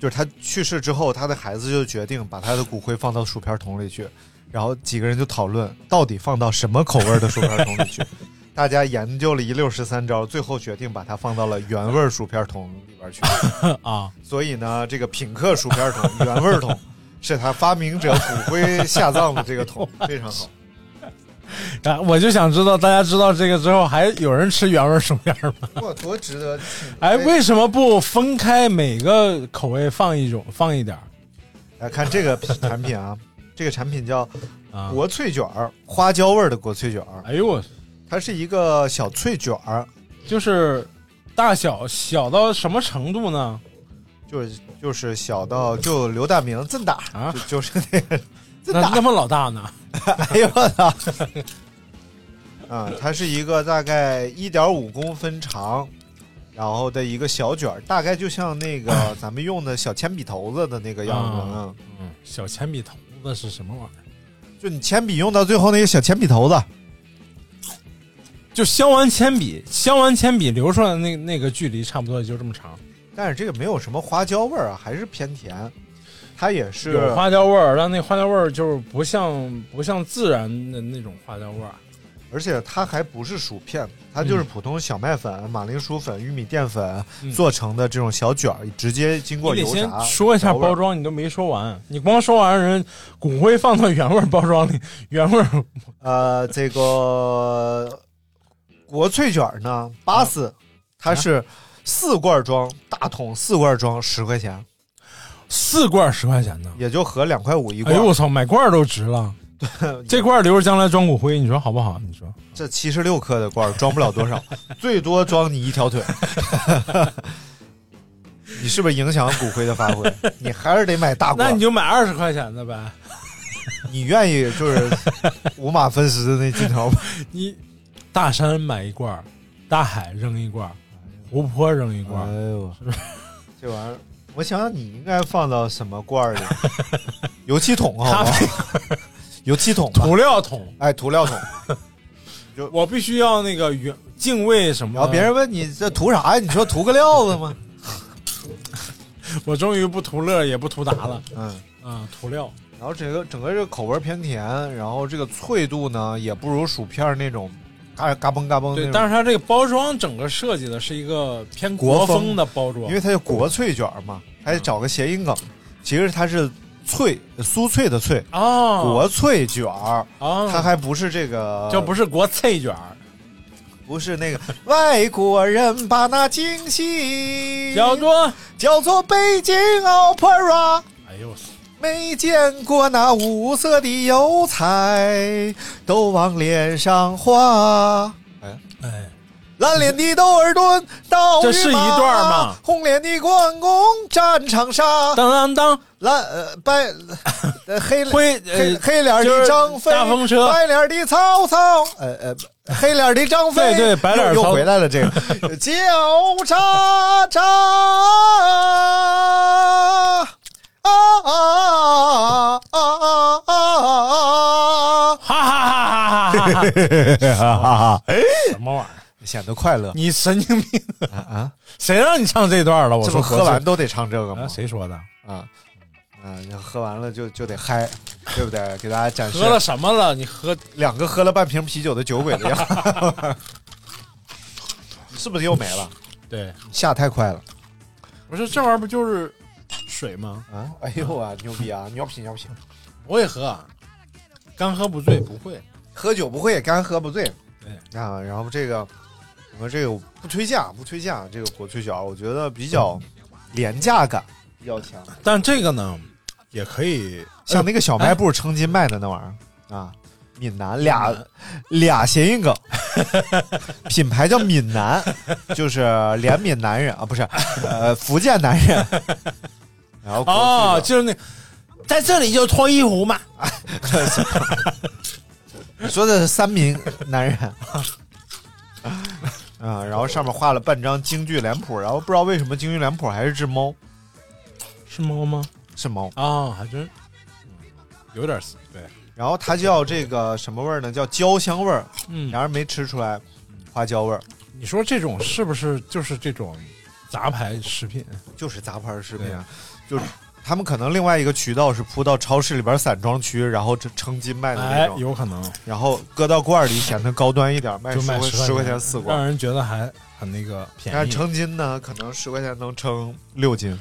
S8: 就是他去世之后，他的孩子就决定把他的骨灰放到薯片桶里去，然后几个人就讨论到底放到什么口味的薯片桶
S9: [LAUGHS]
S8: 里去。大家研究了一溜十三招，最后决定把它放到了原味薯片桶里边去
S9: [LAUGHS] 啊。
S8: 所以呢，这个品客薯片
S9: [LAUGHS]
S8: 桶原味桶是他发明者骨灰下葬的这个桶，非常好。
S9: [LAUGHS] 啊，我就想知道，大家知道这个之后，还有人吃原味薯片
S8: [LAUGHS]
S9: 吗？
S8: 哇，多值得！
S9: 哎，为什么不分开每个口味放一种，放一点儿？
S8: 来哎看这个产品啊，这个产品叫国粹卷儿，花椒味儿的国粹卷儿。
S9: 啊哎呦我，
S8: 它是一个小脆卷儿，
S9: 就是大小小到什么程度呢？
S8: 就是就是小到就刘大明这么大啊，就就是那
S9: [LAUGHS]
S8: 个这么
S9: 那
S8: 大
S9: 那么老大呢？
S8: 哎呦我操！啊，它是一个大概一点五公分长，然后的一个小卷儿，大概就像那个
S9: [LAUGHS]
S8: 咱们用的小铅笔头子的那个样子。
S9: 啊
S8: 嗯，
S9: 嗯，小铅笔头子是什么玩意儿？
S8: 就你铅笔用到最后那个小铅笔头子，
S9: 就削完铅笔，削完铅笔留出来的那那个距离差不多也就这么长，
S8: 但是这个没有什么花椒味儿啊，还是偏甜。它也是
S9: 有花椒味儿，但那花椒味儿就是不像不像自然的那种花椒味儿。
S8: 而且它还不是薯片，它就是普通小麦粉、马铃薯粉、玉米淀粉
S9: 嗯
S8: 做成的这种小卷儿，直接经过
S9: 你
S8: 油
S9: 得先
S8: 炸。
S9: 说一下
S8: 调味儿
S9: 包，装，你都没说完，你光说完人骨灰放到原味儿包装里，原味儿
S8: 呃，这个国粹卷儿呢，八
S9: 啊
S8: 四，它是四罐装，大桶四罐装，十块钱，
S9: 四罐十块钱呢。
S8: 也就合两块五一
S9: 哎
S8: 罐。
S9: 呦我操，买罐儿都值了，这罐儿留着将来装骨灰，你说好不好？你说
S8: 这七十六克的罐儿装不了多
S9: [LAUGHS]
S8: 少，最多装你一条腿。你是不是影响骨灰的发挥？你还是得买大罐
S9: 那
S8: 儿
S9: 你。就买二十块钱的呗。
S8: 你愿意就是五马分尸的那金条
S9: [LAUGHS]
S8: 吗？
S9: 你大山买一罐儿，大海扔一罐儿，湖泊扔一罐儿，
S8: 哎呦，这玩意儿，我想想你应该放到什么罐儿
S9: [LAUGHS]
S8: 里？油漆桶好吗？油漆桶吧、
S9: [LAUGHS] 涂料桶，
S8: 哎，涂料桶。
S9: 我必须要那个原敬畏什么？
S8: 然后别人问你这涂啥呀？你说涂个料子吗？
S9: 我终于不图乐也不图达了，
S8: 嗯。
S9: [LAUGHS] 啊，涂料。
S8: 然后整个整个这个口味偏甜，然后这个脆度呢也不如薯片儿那种嘎嘎嘣嘎嘣那
S9: 对，
S8: 种，
S9: 但是它这个包装整个设计的是一个偏
S8: 国
S9: 风
S8: 风
S9: 的包装，
S8: 因为它叫国粹卷儿嘛，
S9: 啊
S8: 还得找个谐音梗。其实它是脆呃酥脆的脆，
S9: 哦，
S8: 国粹卷儿，
S9: 哦
S8: 它还不是这个，
S9: 这不是国粹卷儿，
S8: 不是那个 [LAUGHS] 外国人把那惊喜
S9: 叫做
S8: 叫做北京 opera，
S9: 哎呦我操，
S8: 啊没见过那五色的油菜都往脸上画。哎，
S9: 哎，
S8: 蓝脸的窦尔敦，到
S9: 这是一段吗？
S8: 红脸的关公战长沙，
S9: 当当当，
S8: 蓝呃白呃黑
S9: 灰呃
S8: 黑黑脸的张飞，
S9: 就是大风车
S8: 白脸的曹操，呃呃黑脸的张飞，
S9: 对对白脸
S8: 又
S9: 曹
S8: 又回来了这个叫喳喳啊啊啊啊啊！
S9: 哈哈哈哈哈哈哈，
S8: 哈哈哈！
S9: 什么玩意儿？
S8: 显得快乐
S9: 你神经病！
S8: 啊啊！
S9: [LAUGHS] 谁让你唱这段了？我
S8: 这
S9: 说
S8: 不喝完
S9: 都
S8: 都得唱这个吗？
S9: 谁说的？
S8: 啊啊！你喝完了就就得嗨，对不对？给大家展示
S9: 喝了什么了？你喝
S8: 两个喝了半瓶啤酒的酒鬼的样子，是不是又没了？
S9: 对，
S8: 下太快了
S9: 我说这玩意儿不就是水吗？
S8: 啊！哎呦啊，牛逼啊，牛皮牛皮！
S9: 我也喝，干喝不醉，不会。
S8: 喝酒不会干喝不醉
S9: 对
S8: 啊。然后这个我们这个不推荐啊，不推荐啊这个国粹小，我觉得比较廉价感比较强，
S9: 但这个呢，也可以呃
S8: 像那个小卖部称斤卖的那玩意儿啊。闽南俩俩谐音梗， [LAUGHS] 品牌叫闽南，就是怜悯男人啊，不是，呃，福建男人。然后国粹
S9: 哦，
S8: 角
S9: 就是那在这里就脱衣服嘛。
S8: 你说的是三民男人，啊，然后上面画了半张京剧脸谱，然后不知道为什么京剧脸谱还是只猫，
S9: 是猫吗？
S8: 是猫，
S9: 啊，还真有点涩对。
S8: 然后它叫这个什么味儿呢？叫焦香味儿，
S9: 嗯，
S8: 然而没吃出来花椒味儿。
S9: 你说这种是不是就是这种杂牌食品？
S8: 就是杂牌食品啊，就是他们可能另外一个渠道是铺到超市里边散装区，然后这称斤卖的那
S9: 哎，
S8: 种，
S9: 有可能
S8: 然后搁到罐儿里显得高端一点，卖
S9: 就
S8: 十
S9: 卖
S8: 块
S9: 10
S8: 十块钱四罐哎
S9: 让。人觉得还很那个
S8: 但
S9: 嗯便
S8: 是
S9: 宜。
S8: 称斤呢，可能十块钱能称六
S9: [LAUGHS]
S8: 斤，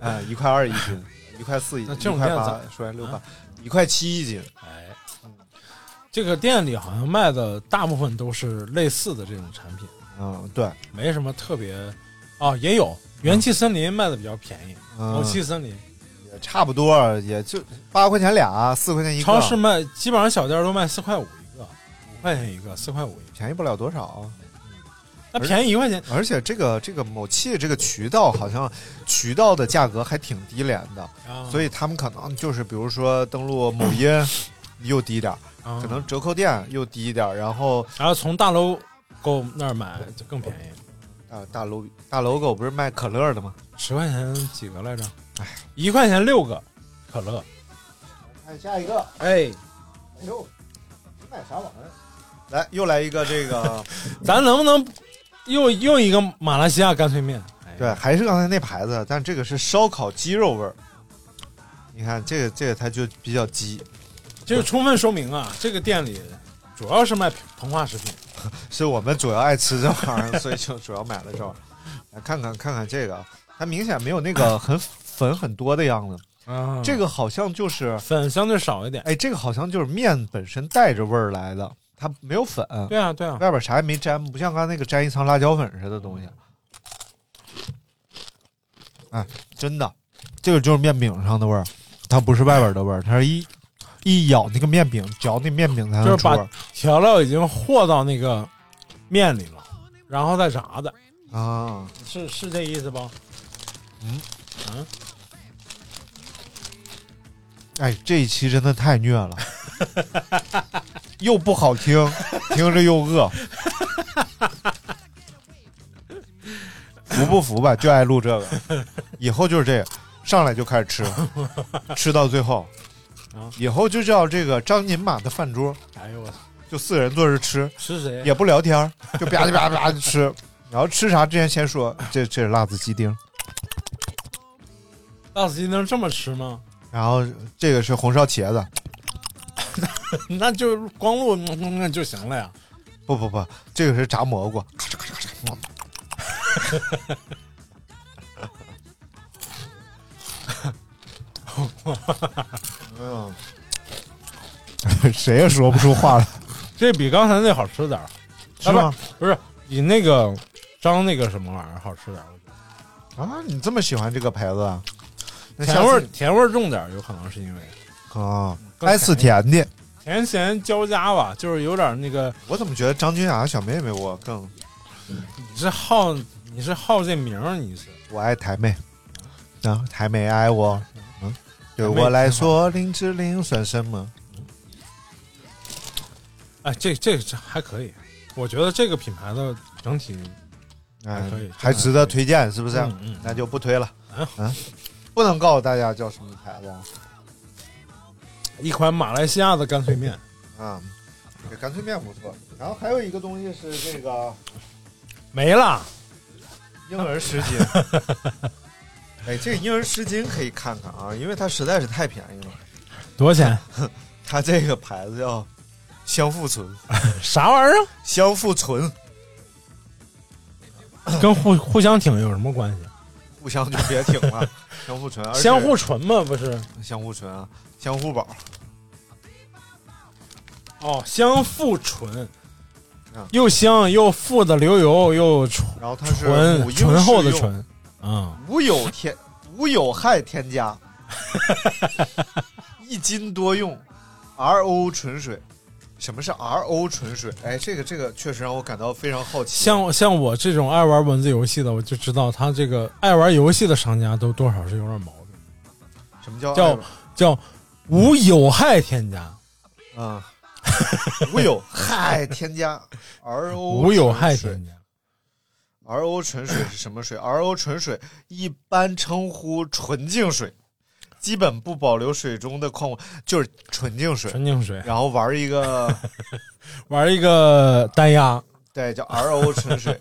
S8: 哎，一块二一斤，一块四一斤，
S9: 那这
S8: 一
S9: 种
S8: 块
S9: 店
S8: 八
S9: 咋，
S8: 说六八
S9: 啊，
S8: 一块七一斤。
S9: 哎，这个店里好像卖的大部分都是类似的这种产品，
S8: 嗯，对，
S9: 没什么特别。哦，也有元气森林卖的比较便宜，
S8: 嗯
S9: 欧气森林
S8: 也差不多，也就八块钱俩，四块钱一个。
S9: 超市卖，基本上小店都卖四块五一个，五块钱一个，四块五一个。
S8: 便宜不了多少，
S9: 那便宜一块钱。
S8: 而且这个这个某汽这个渠道好像渠道的价格还挺低廉的，
S9: 啊
S8: 所以他们可能就是比如说登录某 [LAUGHS] 音又低点儿，
S9: 啊
S8: 可能折扣店又低一点儿，然后
S9: 然后从大 logo 那儿买就更便宜，
S8: 啊大 logo 大 logo 不是卖可乐的吗？
S9: 十块钱几个来着？哎，一块钱六个可乐。
S8: 看下一个，
S9: 哎，
S8: 哎呦，你买啥玩意儿？来，又来一个这 [LAUGHS] 个，
S9: 咱能不能又又一个马来西亚干脆面？
S8: 对，还是刚才那牌子，但这个是烧烤鸡肉味儿。你看这个这个它就比较鸡，
S9: 这就充分说明啊，这个店里主要是卖膨化食品。
S8: 是我们主要爱吃这玩意儿，所以就主要买了这玩意
S9: [LAUGHS]
S8: 儿。来看看看看这个，它明显没有那个很粉很多的样子。
S9: 啊
S8: 这个好像就是
S9: 粉相对少一点。
S8: 哎，这个好像就是面本身带着味儿来的，它没有粉。
S9: 对啊对啊
S8: 外边啥也没沾，不像刚才那个沾一层辣椒粉似的东西。哎，真的，这个就是面饼上的味儿，它不是外边的味儿，它是一一咬那个面饼，嚼那面饼才能
S9: 就是
S8: 出味
S9: 把
S8: 儿
S9: 调料已经和到那个面里了，然后再炸的，
S8: 啊。
S9: 是是这意思不？
S8: 嗯
S9: 嗯，
S8: 哎，这一期真的太虐了， [LAUGHS] 又不好听，听着又饿，服不服吧？就爱录这个，以后就是这个，上来就开始吃，吃到最后
S9: 啊，
S8: 以后就叫这个张宁马的饭桌，
S9: 哎呦我操，
S8: 就四人坐着吃，
S9: 吃谁
S8: 也不聊天儿，就吧唧吧唧吧唧吃，然后吃啥之前先说，这这是辣子鸡丁，
S9: 辣子鸡丁这么吃吗？ [LAUGHS]
S8: 然后这个是红烧茄子，
S9: 那就光录 [LAUGHS] 嗯嗯嗯就行了呀。
S8: 不不不，这个是炸蘑菇，咔嚓咔嚓咔嚓。嗯， [LAUGHS] 谁也说不出话来。
S9: 这比刚才那好吃点儿，
S8: [LAUGHS] 是吗
S9: 啊？不是不是，比那个张那个什么玩意儿好吃点儿。我觉得
S8: 啊，你这么喜欢这个牌子啊？那下
S9: 甜味儿
S8: 次
S9: 甜味儿重点儿，有可能是因为
S8: 啊，爱吃甜的。
S9: 甜咸交加吧，就是有点儿那个。
S8: 我怎么觉得张君雅的小妹妹我更
S9: 你是好你是好这名儿，你是
S8: 我爱台妹啊？台妹爱我，嗯，对我来说林志玲算什么？
S9: 哎，这这这还可以，我觉得这个品牌的整体还
S8: 哎
S9: 可以，
S8: 还值得推荐，是不是？
S9: 嗯嗯
S8: 那就不推了。
S9: 嗯、
S8: 不能告诉大家叫什么牌子啊。
S9: 一款马来西亚的干脆面。
S8: 啊，这干脆面不错。然后还有一个东西是这个
S9: 没了，
S8: 婴儿湿
S9: [LAUGHS]
S8: 巾。哎，这个婴儿湿巾可以看看啊，因为它实在是太便宜了。
S9: 多少钱？
S8: 它这个牌子叫香馥醇，
S9: 啥玩意儿啊？
S8: 香馥醇
S9: 跟互互相挺有什么关系？
S8: 互相就别挺啊
S9: [LAUGHS]
S8: 了，香馥醇，而且
S9: 相互醇嘛，不是？
S8: 香馥醇啊，香馥宝。
S9: 哦，相互醇
S8: 啊，
S9: 又香又富的流油，又醇
S8: 然后它是母
S9: 醇
S8: 婴
S9: 醇厚的
S8: 食用
S9: 醇，嗯，
S8: 无有添无有害添
S9: [LAUGHS]
S8: 加，一斤多用，RO 纯水。什么是 RO 纯水？哎，这个这个确实让我感到非常好奇。
S9: 像像我这种爱玩文字游戏的，我就知道他这个爱玩游戏的商家都多少是有点毛病，
S8: 什么叫哎
S9: 叫
S8: 嗯
S9: 叫无有害添加， [LAUGHS]
S8: 啊？无有害添加 RO
S9: [LAUGHS] 无有害
S8: 纯水
S9: 添加。
S8: RO 纯水是什么水？RO 纯水一般称呼纯净水，基本不保留水中的矿物，就是纯净水，
S9: 纯净水，
S8: 然后玩一个
S9: 玩一个单压，
S8: 对，叫 RO 纯
S9: [LAUGHS]
S8: 水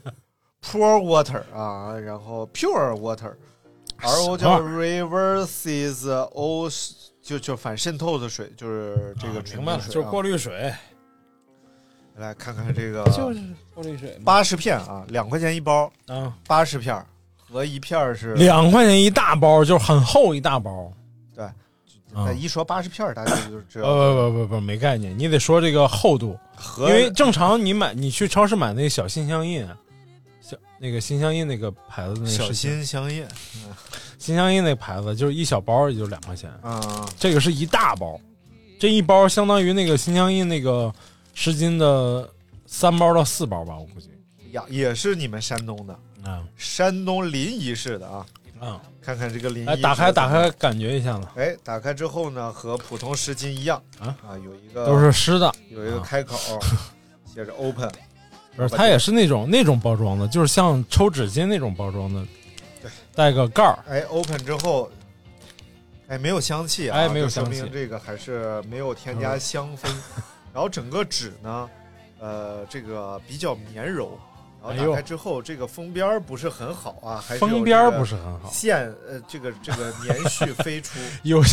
S8: ，Pure Water 啊，然后 Pure Water，RO 叫 Reverses O，就就反渗透的水，就是这个纯净水、啊
S9: 啊明白了，就是过滤水。
S8: 来看看这个，
S9: 就是过滤水嘛，
S8: 八十片啊，两块钱一包
S9: 啊，
S8: 八十片儿和一片儿是
S9: 两块钱一大包，就是很厚一大包。
S8: 对，那呃一说八十片儿，大家就
S9: [CLEARS THROAT]
S8: 知道。
S9: 啊呃不不不不没概念，你得说这个厚度，因
S8: 和
S9: 为正常你买你去超市买那个小心相印，小那个心相印那个牌子那个
S8: 小
S9: 是
S8: 心相印
S9: 心相印那牌子就是一小包也就两块钱，
S8: 啊，
S9: 这个是一大包，这一包相当于那个心相印那个十斤的三包到四包吧，我估计
S8: 呀，也是你们山东的，
S9: 啊
S8: 山东临沂市的啊。
S9: 啊，
S8: 看看这个临沂
S9: 来
S8: 市
S9: 打开
S8: 怎
S9: 打
S8: 么样
S9: 开，感觉一下子，
S8: 哎，打开之后呢，和普通湿巾一样
S9: 啊
S8: 有一个
S9: 都是啊湿的，
S8: 有一个开口， [LAUGHS] 写着 open，
S9: 不是它也是那种那种包装的，就是像抽纸巾那种包装的，带个盖儿。
S8: 哎，open 之后，哎，没有香气啊，
S9: 哎没有
S8: 就说
S9: 香气嗯
S8: 明这个还是没有添加香
S9: [LAUGHS]
S8: 氛。然后整个纸呢，呃，这个比较绵柔。然
S9: 哎
S8: 后
S9: 呦
S8: 打开之后，这个封边儿不是很好啊，还是有
S9: 封边儿
S8: 这个
S9: 不是很好
S8: 线呃，这个这个棉絮飞
S9: [LAUGHS]
S8: 出，
S9: 有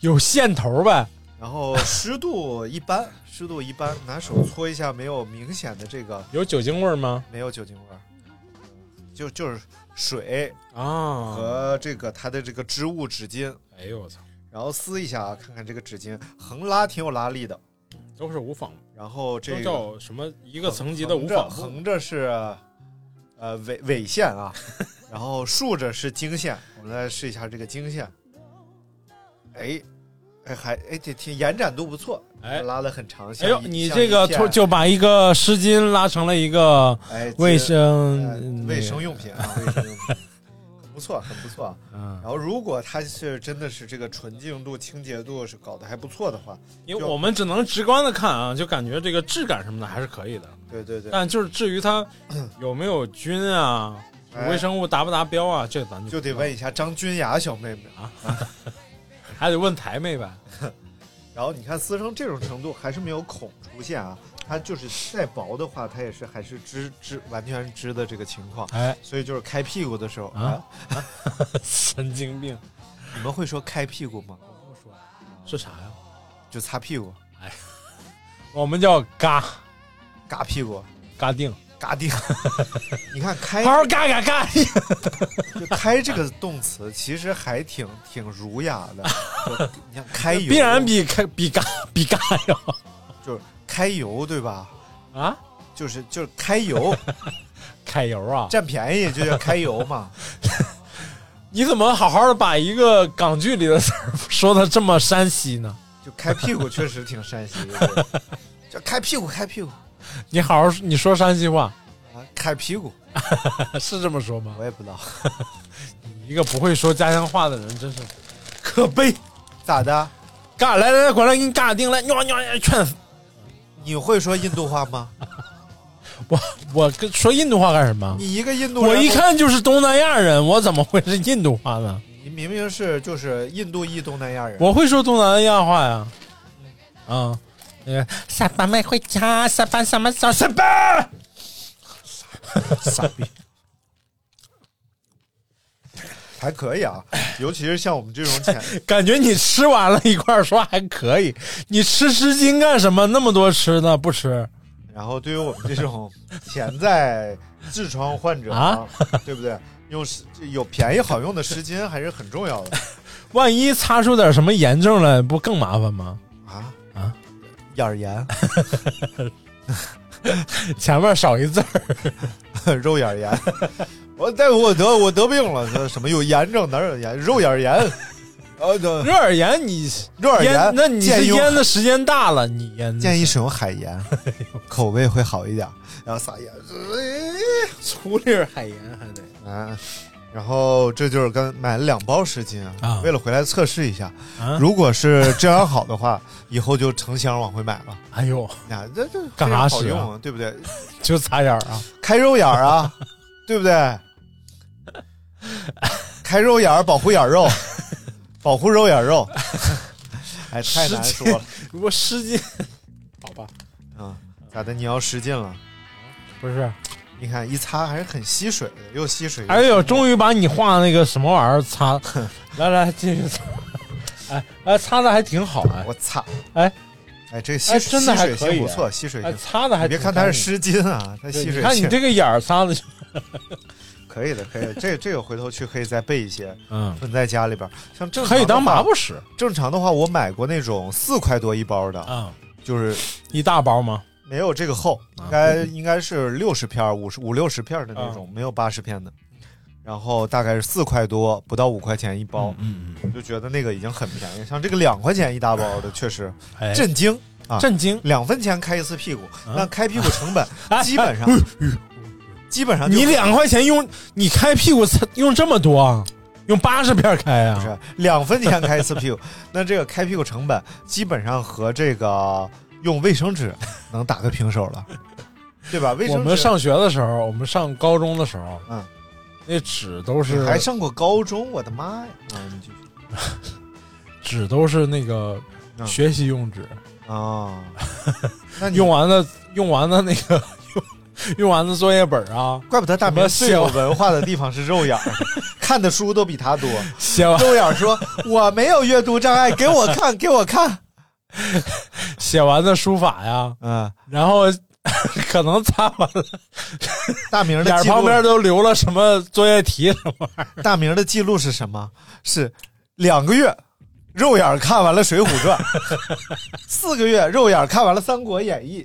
S9: 有线头呗，
S8: 然后湿度一般，湿度一般，拿手搓一下，没有明显的这个
S9: 有酒精味儿吗？
S8: 没有酒精味儿，
S9: 嗯
S8: 就就是水
S9: 啊
S8: 和这个它的这个织物纸巾，
S9: 哎呦我操，
S8: 然后撕一下啊，看看这个纸巾横拉挺有拉力的，
S9: 都是无纺，
S8: 然后这
S9: 都
S8: 个
S9: 叫什么一个层级的
S8: 横
S9: 无纺
S8: 着
S9: 布，
S8: 横着是呃纬纬线啊， [LAUGHS] 然后竖着是经线，我们来试一下这个经线，哎。哎，还哎，这挺延展度不错，
S9: 哎，
S8: 拉的很长。
S9: 哎
S8: 像
S9: 呦，
S8: 一
S9: 你
S8: 像
S9: 这
S8: 一
S9: 个
S8: 片
S9: 突就把一个湿巾拉成了一个
S8: 哎
S9: 卫
S8: 哎
S9: 生
S8: 卫生用品
S9: [LAUGHS]
S8: 啊，卫生用品，很不错，很不错啊。
S9: 嗯
S8: 然后，如果它是真的是这个纯净度、清洁度是搞得还不错的话，
S9: 嗯因为我们只能直观的看啊，就感觉这个质感什么的还是可以的，
S8: 对对对，
S9: 但就是至于
S8: [CLEARS THROAT]
S9: 它有没有菌啊，
S8: 哎
S9: 微生物达不达标啊，这咱
S8: 就
S9: 就
S8: 得
S9: 不知道
S8: 问一下张君雅小妹妹啊。
S9: 还得问台妹呗。
S8: 然后你看撕成这种程度，还是没有孔出现啊。它就是再薄的话，它也是还是织织完全织的这个情况。
S9: 哎，
S8: 所以就是开屁股的时候
S9: 啊
S8: 啊，
S9: 神经病，
S8: 你们会说开屁股吗？
S9: 是啥呀？
S8: 就擦屁股，
S9: 我们叫嘎
S8: 嘎屁股，
S9: 嘎定，
S8: 嘎定。
S9: [LAUGHS]
S8: 你看开
S9: 好好嘎嘎嘎。
S8: 就开这个动词其实还挺挺儒雅的，就
S9: [LAUGHS]
S8: 你像开油，
S9: 必然比开比嘎比嘎要
S8: 就是开油对吧？
S9: 啊，
S8: 就是就是开油，
S9: 揩油啊！
S8: 占便宜就叫开油嘛。
S9: 你怎么好好的把一个港剧里的词儿说的这么山西呢？ [LAUGHS]
S8: 就开屁股确实挺山西的，就开屁股开屁股
S9: 你好好你说山西话 [LAUGHS]
S8: 啊，开屁股，
S9: 是这么说吗？
S8: 我也不知道
S9: 一个不会说家乡话的人真是 [LAUGHS] 可悲。
S8: 咋的。
S9: 嘎来来来，过来给你嘎定来，尿尿尿劝死
S8: 你会说印度话吗？
S9: 我！我跟说印度话干什么？
S8: 你一个印度人，
S9: 我一看就是东南亚人，我怎么会是印度话呢？
S8: 你明明是就是印度裔东南亚人，
S9: 我会说东南亚话呀，
S8: 嗯
S9: 啊，那个下班没回家，下班什么时候下班？
S8: 傻逼，还可以啊，尤其是像我们这种潜
S9: 感觉你吃完了一块儿说还可以，你吃湿巾干什么？那么多吃的不吃
S8: 然后对于我们这种潜在痔疮患者
S9: 啊，
S8: [LAUGHS] 对不对？用湿有便宜好用的湿巾还是很重要的
S9: 万一擦出点什么炎症来，不更麻烦吗？
S8: 啊
S9: 啊！
S8: 眼儿炎， [LAUGHS]
S9: 前面少一字儿，
S8: 肉眼儿炎。我大夫，我得我得病了，说什么有炎症？哪有炎？肉眼儿炎。呃，对
S9: 热耳炎你
S8: 热耳
S9: 腌
S8: 炎，
S9: 那你
S8: 建
S9: 是
S8: 议用
S9: 腌的时间大了，你腌的
S8: 建议使用海盐，口味会好一点。然后撒盐，哎
S9: 粗粒海盐还
S8: [LAUGHS]
S9: 得
S8: 啊，然后这就是跟买了两包湿巾
S9: 啊
S8: 为了回来测试一下，
S9: 啊
S8: 如果是质量好的话，以后就成箱往回买了。
S9: 哎呦，
S8: 呀、这这
S9: 干
S8: 非常好
S9: 啥使啊
S8: 用啊，对不对？
S9: 就擦眼儿啊！
S8: 开肉眼儿啊，对不对？开肉眼儿保护眼肉，保护肉眼肉，哎，太
S9: 十
S8: 难说
S9: 斤
S8: 了。
S9: 我十
S8: [LAUGHS]
S9: 斤，好吧，
S8: 啊，咋的？你要失禁了？
S9: 不是，
S8: 你看一擦还是很吸水的，又吸水。
S9: 哎呦，终于把你画那个什么玩意
S8: [LAUGHS]
S9: 儿擦，来来继续擦，哎哎，擦的还挺好哎，
S8: 我擦，
S9: 哎
S8: 哎，这吸
S9: 哎真的
S8: 吸
S9: 还
S8: 水
S9: 可
S8: 性
S9: 以，
S8: 不错，吸水
S9: 哎
S8: 性
S9: 擦的还
S8: 你别
S9: 挺
S8: 看它是
S9: 干净
S8: 湿巾啊，它
S9: 对
S8: 吸水
S9: 你看你
S8: 性
S9: 这个眼儿擦的就，
S8: 可以的，可以的。这这个回头去可以再备一些，
S9: 嗯
S8: 囤在家里边儿。像正常
S9: 可
S8: 的
S9: 以当
S8: 话
S9: 抹布使。
S8: 正常的话，我买过那种四块多一包的，
S9: 啊，
S8: 就是
S9: 一大包吗？
S8: 没有这个厚，
S9: 啊
S8: 应该应该是六十片儿、五十五六十片儿的那
S9: 啊
S8: 种，没有八十片的。然后大概是四块多，不到五块钱一包，
S9: 嗯
S8: 嗯，就觉得那个已经很便宜。像这个两块钱一大包的，确实
S9: 哎
S8: 震惊啊！
S9: 震惊！
S8: 两分钱开一次屁股，那开屁股成本啊基本上
S9: [LAUGHS] 哎
S8: 基本上就
S9: 你两块钱用你开屁股擦用这么多啊，用八十片开啊？
S8: 是两分钱开一次
S9: [LAUGHS]
S8: 屁股，那这个开屁股成本基本上和这个用卫生纸能打个平手了，
S9: [LAUGHS]
S8: 对吧？卫生
S9: 我
S8: 纸
S9: 们上学的时候，我们上高中的时候，
S8: 嗯，
S9: 那纸都
S8: 你
S9: 是
S8: 还上过高中，我的妈呀！啊，你继续
S9: [LAUGHS] 纸都是那个
S8: 嗯
S9: 学习用纸
S8: 啊，那你
S9: 用完了用完了那个用用完了作业本啊，
S8: 怪不得大
S9: 什么
S8: 明最有
S9: 写完
S8: 文化的地方是肉眼 [LAUGHS] 儿，看的书都比他多。
S9: 写完
S8: 肉眼儿说：“我没有阅读障碍，给我看，给我看。
S9: 写完的书法呀，
S8: 嗯，
S9: 然后 [LAUGHS] 可能擦完了，”
S8: 大
S9: [LAUGHS]
S8: 明的
S9: 眼儿
S8: 记录
S9: 旁边都留了什么作业题什么玩意儿，
S8: 大明的记录是什么？是两个月，肉眼儿看完了《水浒传》； [LAUGHS] 四个月，肉眼儿看完了《三国演义》；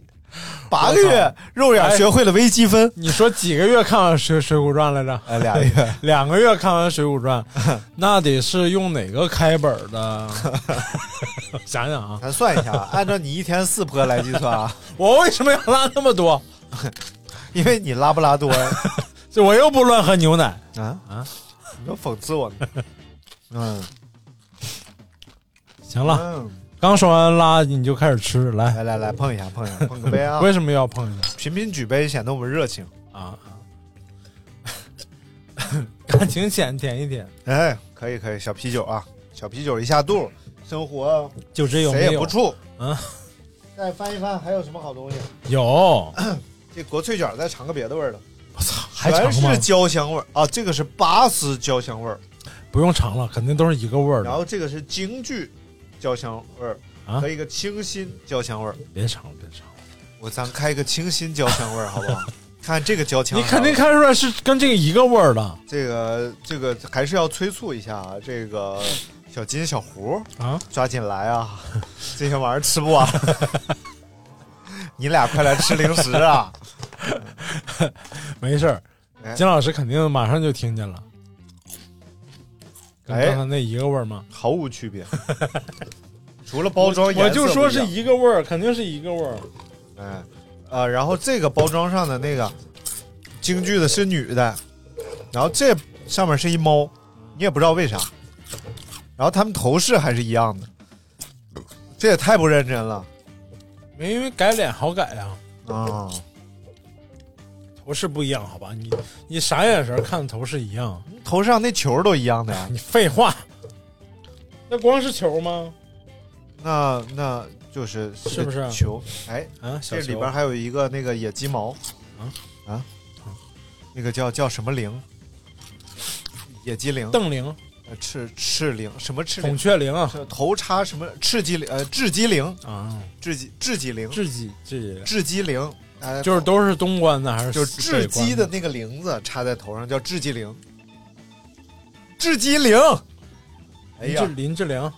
S8: 八个
S9: 我
S8: 月
S9: 操，
S8: 肉眼儿学会了微积分。
S9: [LAUGHS] 你说几个月看完水《水浒传》来着？
S8: 呃，俩月
S9: 两个月看完《水浒传》， [LAUGHS] 那得是用哪个开本儿的？ [LAUGHS] 想想啊，
S8: [LAUGHS] 咱算一下，按照你一天四坡来计算 [LAUGHS] 啊，
S9: 我为什么要拉那么多？
S8: 因为你拉布拉多呀
S9: 这我又不乱喝牛奶，
S8: 啊
S9: 啊！
S8: 你要讽刺我呢？嗯，
S9: 行了，
S8: 嗯
S9: 刚说完拉你就开始吃，来，
S8: 来来来，碰一下，碰一 [LAUGHS] 下，碰个杯啊！
S9: 为什么要碰一下
S8: 频频举杯，显得我们热情。
S9: 啊？ [LAUGHS] 感情浅，舔一舔，
S8: 哎，可以可以，小啤酒啊，小啤酒一下肚，生活
S9: 就这有
S8: 谁
S9: 没
S8: 也
S9: 有
S8: 不？怵。
S9: 嗯，
S8: 再翻一翻还有什么好东西？
S9: [CLEARS THROAT] 有，
S8: 这国粹卷再尝个别的味儿的，
S9: 我操，还尝
S8: 全
S9: 吗
S8: 是？焦香味儿啊！这个是巴斯焦香味儿，
S9: 不用尝了，肯定都是一个味
S8: 然
S9: 儿的，
S8: 后这个是京剧焦香味儿
S9: 啊
S8: 和一个清新焦香味儿。
S9: 别尝了，别尝了。
S8: 我咱开一个清新焦香味儿好
S9: [LAUGHS]
S8: 不好？看这个焦香，啊
S9: 你肯定看出来是跟这个一个味儿的
S8: 这个这个还是要催促一下啊，这个小金小胡
S9: 啊！
S8: 抓紧来啊，这些玩意儿吃不完， [LAUGHS] 你俩快来吃零食啊！
S9: 没事儿
S8: 哎，
S9: 金老师肯定马上就听见了，跟
S8: 哎
S9: 刚才那一个味儿吗？
S8: 毫无区别， [LAUGHS] 除了包装
S9: 我
S8: 颜色
S9: 就说是
S8: 不一样
S9: 一个味儿，肯定是一个味儿。
S8: 哎，呃，然后这个包装上的那个京剧的是女的，然后这上面是一猫，你也不知道为啥，然后他们头饰还是一样的，这也太不认真了
S9: 没，因为改脸好改呀、
S8: 啊！
S9: 头饰不一样，好吧？你你啥眼神看头饰一样？
S8: 头上那球都一样的呀，
S9: 你废话， [LAUGHS] 那光是球吗？
S8: 那那就是
S9: 是不是
S8: 球？哎，
S9: 啊，
S8: 这
S9: 小
S8: 里
S9: 球
S8: 边还有一个那个野鸡毛，啊啊，那个叫叫什么铃？野鸡铃，
S9: 邓铃、
S8: 呃赤赤铃，什么赤
S9: 孔
S8: 铃？
S9: 雀翎啊
S8: 是头插什么赤鸡铃？呃，雉鸡铃，
S9: 啊，
S8: 雉鸡雉鸡铃，
S9: 雉鸡雉
S8: 雉鸡铃，哎，
S9: 鸡就是都是东关的还是
S8: 就是
S9: 北
S8: 雉
S9: 关
S8: 鸡的那个铃子插在头上叫雉鸡铃，雉鸡铃。哎
S9: 林志
S8: 呀，
S9: 林志玲，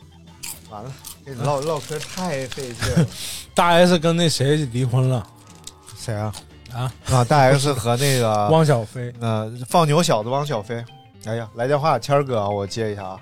S8: 完了，跟你唠唠嗑太费劲
S9: [LAUGHS]
S8: 了。
S9: 大 S 跟那谁离婚了？
S8: 谁啊？
S9: 啊
S8: 啊，大 S 和那个
S9: [LAUGHS] 汪小菲。
S8: 呃，放牛小子汪小菲。哎呀，来电话，谦儿哥，我接一下啊。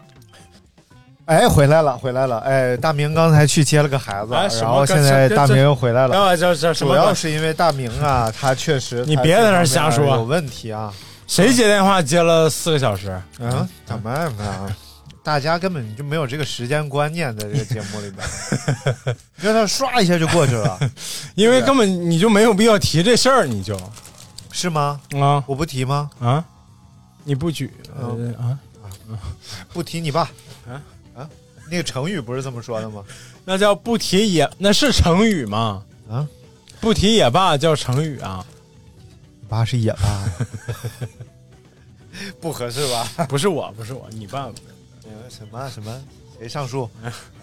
S8: 哎，回来了，回来了。哎，大明刚才去接了个孩子，
S9: 哎什么
S8: 然后现在大明又回来了。
S9: 哎，这这什
S8: 主
S9: 么
S8: 要
S9: 关？
S8: 是因为大明
S9: [LAUGHS]
S8: 啊，他确实
S9: 你别在那儿瞎说
S8: 有问题啊。
S9: 谁接电话接了四个小时？
S8: 嗯，怎么啊？大家根本就没有这个时间观念，在这个节目里边，
S9: [LAUGHS]
S8: 让他刷一下就过去了，
S9: 因为根本你就没有必要提这事儿，你就是
S8: 吗？
S9: 啊
S8: 我不提吗？
S9: 啊，你不举呃
S8: 嗯
S9: 啊？
S8: 不提你爸
S9: 啊
S8: 啊？那个成语不是这么说的吗？
S9: 那叫不提也，那是成语吗？
S8: 啊，
S9: 不提也罢叫成语啊，
S8: 爸是也罢， [LAUGHS] 不合适吧？
S9: [LAUGHS] 不是我，不是我，你爸爸
S8: 什么什么？谁上树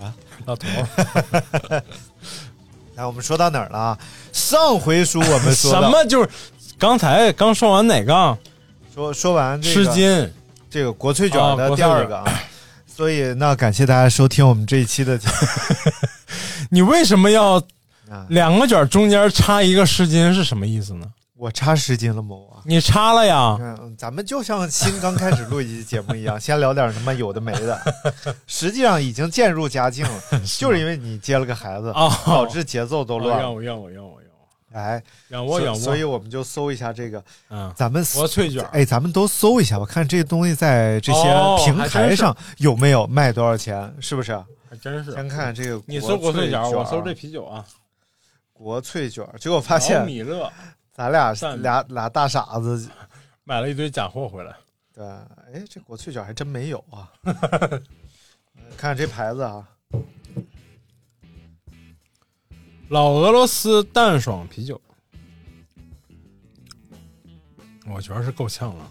S8: 啊？
S9: 老头。 [LAUGHS]
S8: 来，我们说到哪儿了啊？上回书我们说
S9: 什
S8: 到
S9: 么就是刚才刚说完哪个？
S8: 说说完这
S9: 吃
S8: 个
S9: 惊，
S8: 这个国粹
S9: 啊
S8: 卷的
S9: 国
S8: 第
S9: 粹卷
S8: 二个啊。所以，那感谢大家收听我们这一期的节目。 [LAUGHS]
S9: 你为什么要
S8: 啊
S9: 两个卷中间插一个湿巾是什么意思呢？
S8: 我插十斤了吗？我
S9: 你插了呀？
S8: 嗯，咱们就像新刚开始录一期节目一
S9: [LAUGHS]
S8: 样，先聊点什么有的没的，实际上已经渐入佳境
S9: [LAUGHS]
S8: 了，就是因为你接了个孩子，
S9: 哦
S8: 导致节奏都乱
S9: 让
S8: 了。
S9: 我让我让我让我
S8: 哎，
S9: 让我
S8: 所
S9: 让我，
S8: 所以我们就搜一下这个，
S9: 嗯，
S8: 咱们
S9: 国粹卷
S8: 哎，咱们都搜一下吧，看这东西在这
S9: 哦
S8: 些平
S9: 还真
S8: 台
S9: 是
S8: 上有没有卖多少钱，是不是？
S9: 还真是。
S8: 先看这个，
S9: 你搜国粹
S8: 粹
S9: 卷，
S8: 卷
S9: 我搜这啤酒啊，
S8: 国粹卷，结果发现
S9: 老米勒
S8: 咱俩
S9: 散
S8: 俩俩大傻子，
S9: 买了一堆假货回来，
S8: 对，哎，这国粹卷还真没有
S9: [LAUGHS]
S8: 啊。看这牌子啊，
S9: 老俄罗斯淡爽啤酒，我觉得是够呛了。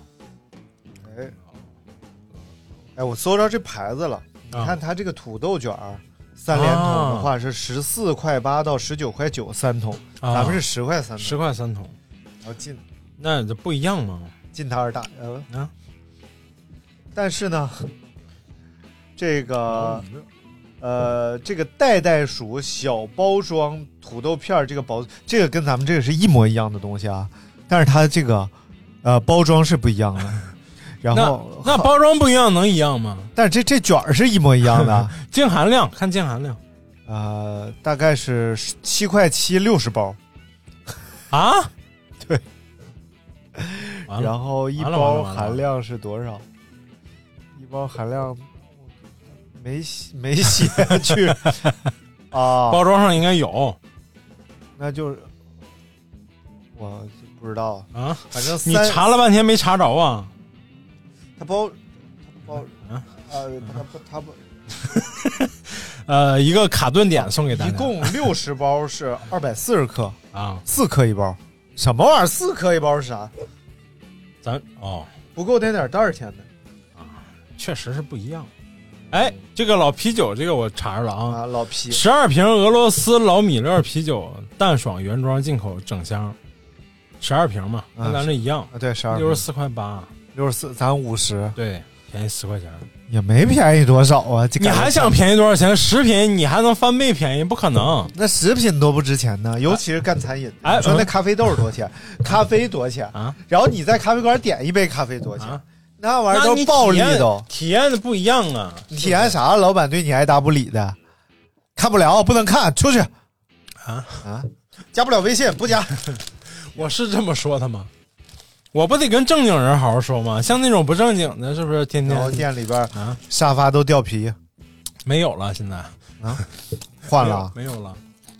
S9: 嗯
S8: 哎，哎，我搜着这牌子了，你
S9: 啊
S8: 看它这个土豆卷儿。三连桶的话是十四块八到十九块九三桶，
S9: 啊
S8: 咱们是十块三桶，
S9: 十块三桶，
S8: 然后进
S9: 那这不一样吗？
S8: 进它二大，呃，
S9: 啊，
S8: 但是呢，这
S9: 哦
S8: 个呃，这个袋袋鼠小包装土豆片儿这个包，这个跟咱们这个是一模一样的东西啊，但是它这个呃包装是不一样的。然后
S9: 那那包装不一样能一样吗？
S8: 但是这这卷儿是一模一样的，啊
S9: 净含量看净含量
S8: 呃，大概是七块七六十包，
S9: 啊，
S8: [LAUGHS] 对，
S9: 完了
S8: 然后一
S9: 完了完了
S8: 包
S9: 完了
S8: 含量是多少？一包含量没写没写
S9: [LAUGHS]
S8: 去啊，
S9: 包装上应该有
S8: 那就是我就不知道，
S9: 啊，
S8: 反正三
S9: 你查了半天没查着啊？
S8: 它包它包
S9: 啊
S8: 呃它不它不
S9: 呃，一个卡顿点送给大家，
S8: 一共六十包
S9: [LAUGHS]
S8: 是二百四十克，
S9: 啊，
S8: 四克一包，什么玩意儿？四克一包是啥？
S9: 咱哦，
S8: 不够那点儿袋儿钱的
S9: 确实是不一样。哎，这个老啤酒，这个我查着了啊，
S8: 啊，老皮
S9: 十二瓶俄罗斯老米勒啤酒，淡爽原装进口整箱，十二瓶嘛，
S8: 啊
S9: 跟咱这一样，
S8: 啊，对，十二
S9: 六十四块八，
S8: 六十四，咱五十
S9: 对，便宜十块钱。
S8: 也没便宜多少啊，这
S9: 你
S8: 感觉
S9: 还想便宜多少钱？食品你还能翻倍便宜？不可能！
S8: 那食品多不值钱呢，尤其是干餐饮。
S9: 哎
S8: 你说那咖啡豆多少
S9: [LAUGHS]
S8: 钱？咖啡多少钱
S9: 啊？
S8: 然后你在咖啡馆点一杯咖啡多少钱
S9: 啊？
S8: 那玩意儿
S9: 那
S8: 都
S9: 你
S8: 暴利
S9: 体验
S8: 都。
S9: 体验的不一样
S8: [LAUGHS]
S9: 啊！
S8: 你体验啥？老板对你爱答不理的，看不了，不能看，出去。
S9: 啊
S8: 啊！加不了微信，
S9: [LAUGHS]
S8: 不加。
S9: 我是这么说的吗？我不得跟正经人好好说吗？像那种不正经的，是不是天
S8: 然后
S9: 天
S8: 店里边
S9: 啊
S8: 沙发都掉皮，
S9: 没有了？现在
S8: 换了
S9: 没有没有了，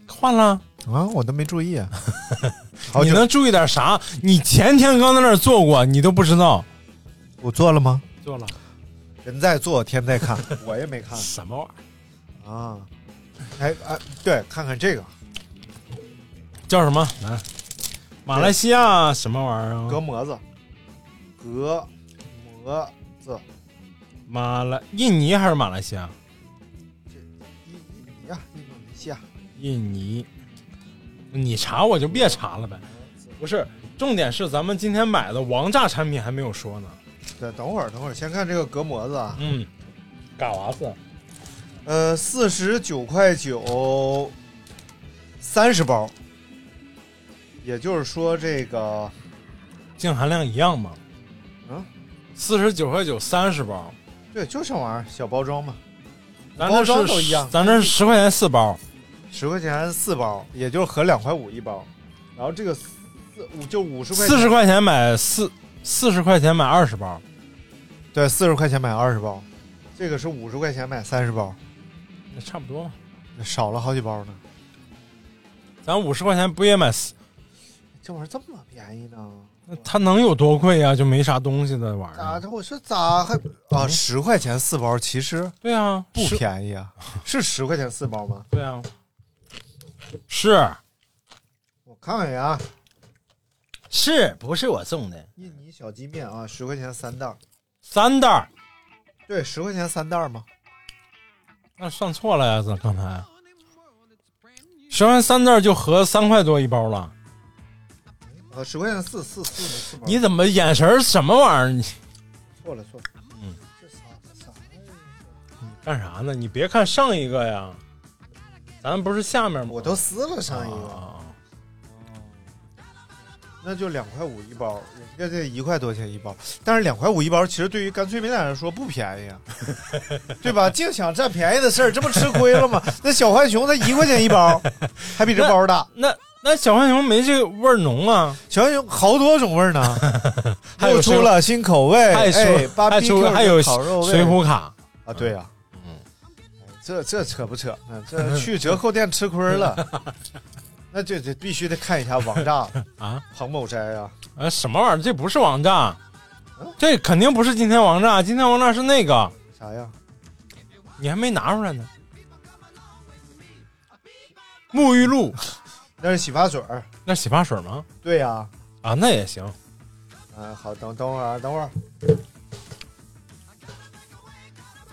S9: 换了。
S8: 啊！我都没注意。
S9: [LAUGHS]
S8: 好
S9: 你
S8: 久
S9: 能注意点啥？你前天刚在那儿做过，你都不知道
S8: 我做了吗？
S9: 做了
S8: 人在做，天在看，我也没看
S9: 什么玩意儿？
S8: 啊。哎哎，对，看看这个
S9: 叫什么？来，马来西亚什么玩意儿
S8: 隔
S9: 啊？
S8: 膜子，隔膜子。
S9: 马来印尼还是马来西亚？
S8: 印尼呀，印度尼西亚，
S9: 印尼，你查我就别查了呗。不是，重点是咱们今天买的王炸产品还没有说呢。
S8: 对，等会儿，等会儿，先看这个隔膜子啊，
S9: 嗯，嘎娃子，
S8: 呃，四十九块九，三十包，也就是说这个
S9: 净含量一样吗？啊
S8: 嗯，
S9: 四十九块九三十包，
S8: 对，就这玩意儿，小包装嘛，
S9: 咱这
S8: 包装
S9: 是
S8: 都一样
S9: 咱这是十块钱四包。
S8: 十块钱四包，也就是合两块五一包，然后这个四五就五十块钱，
S9: 四十块钱买四，四十块钱买二十包，
S8: 对，四十块钱买二十包，这个是五十块钱买三十包，
S9: 那差不多嘛。
S8: 少了好几包呢，
S9: 咱五十块钱不也买四？
S8: 这玩意儿这么便宜呢？
S9: 它能有多贵呀、就没啥东西的玩意儿。
S8: 咋的？我说咋还啊？十块钱四包，其实
S9: 对啊，
S8: 不
S9: 是
S8: 便宜啊， [LAUGHS] 是十块钱四包吗？
S9: 对啊，是
S8: 我看看呀，
S11: 是不是我送的？
S8: 印尼小鸡面啊，十块钱三袋儿，
S9: 三袋儿，
S8: 对，十块钱三袋儿吗？
S9: 那算错了呀，这刚才十块钱三袋儿就合三块多一包了。
S8: 啊，十块钱四四四四包，
S9: 你怎么眼神儿什么玩意儿？你
S8: 错了错了，
S9: 嗯，
S8: 这啥啥？
S9: 干啥呢？你别看上一个呀，咱不是下面吗？我
S8: 都撕了上一个
S9: 啊、
S8: 那就两块五一包，人家这一块多钱一包，但是两块五一包其实对于干脆面来说不便 [LAUGHS] 宜啊，对吧？净想占便宜的事儿，这不吃亏 [LAUGHS] 了吗？那小浣熊它一块钱一包，还比这包大。
S9: 那那小浣熊没这个味儿浓啊，
S8: 小浣熊好多种味儿呢，
S9: [LAUGHS] 还有
S8: 又出了新口味，
S9: 还出
S8: 哎，
S9: 还出
S8: BBQ
S9: 还有
S8: 的烤肉味
S9: 水浒卡
S8: 啊，对呀、嗯，这这扯不扯？嗯这去折扣店吃亏
S9: [LAUGHS]
S8: 了，那这这必须得看一下王炸
S9: 啊，
S8: 彭某斋啊，
S9: 啊，什么玩意儿？这不是王炸，
S8: 嗯
S9: 这肯定不是今天王炸，今天王炸是那个，
S8: 啥呀？
S9: 你还没拿出来呢。沐浴露，
S8: 那是洗发水儿。
S9: 那洗发水吗？
S8: 对呀、
S9: 啊，那也行。
S8: 嗯，好，等等会儿啊，等会儿。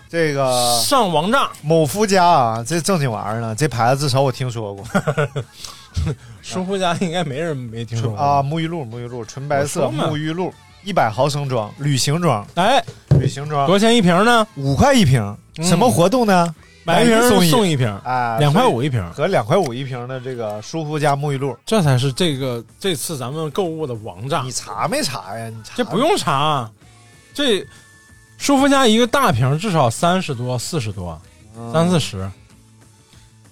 S8: 这个
S9: 上王炸
S8: 某夫家啊，这正经玩意儿呢，这牌子至少我听说过
S9: 舒肤佳应该没人没听说过
S8: 啊。沐浴露，沐浴露，纯白色
S9: 嗯我说嘛
S8: 沐浴露，一百毫升装，旅行装，
S9: 哎，
S8: 旅行装
S9: 多少钱一瓶呢？
S8: 五块一瓶。什么活动呢？
S9: 嗯买一瓶
S8: 送
S9: 送一瓶
S8: 啊，
S9: 两块
S8: 所以
S9: 五一瓶
S8: 和两块五一瓶的这个舒肤佳沐浴露，
S9: 这才是这个这次咱们购物的王炸。你
S8: 查没查呀？你查
S9: 啊这不用查，啊这舒肤佳一个大瓶至少三十多、四十多、
S8: 嗯
S9: 三四十，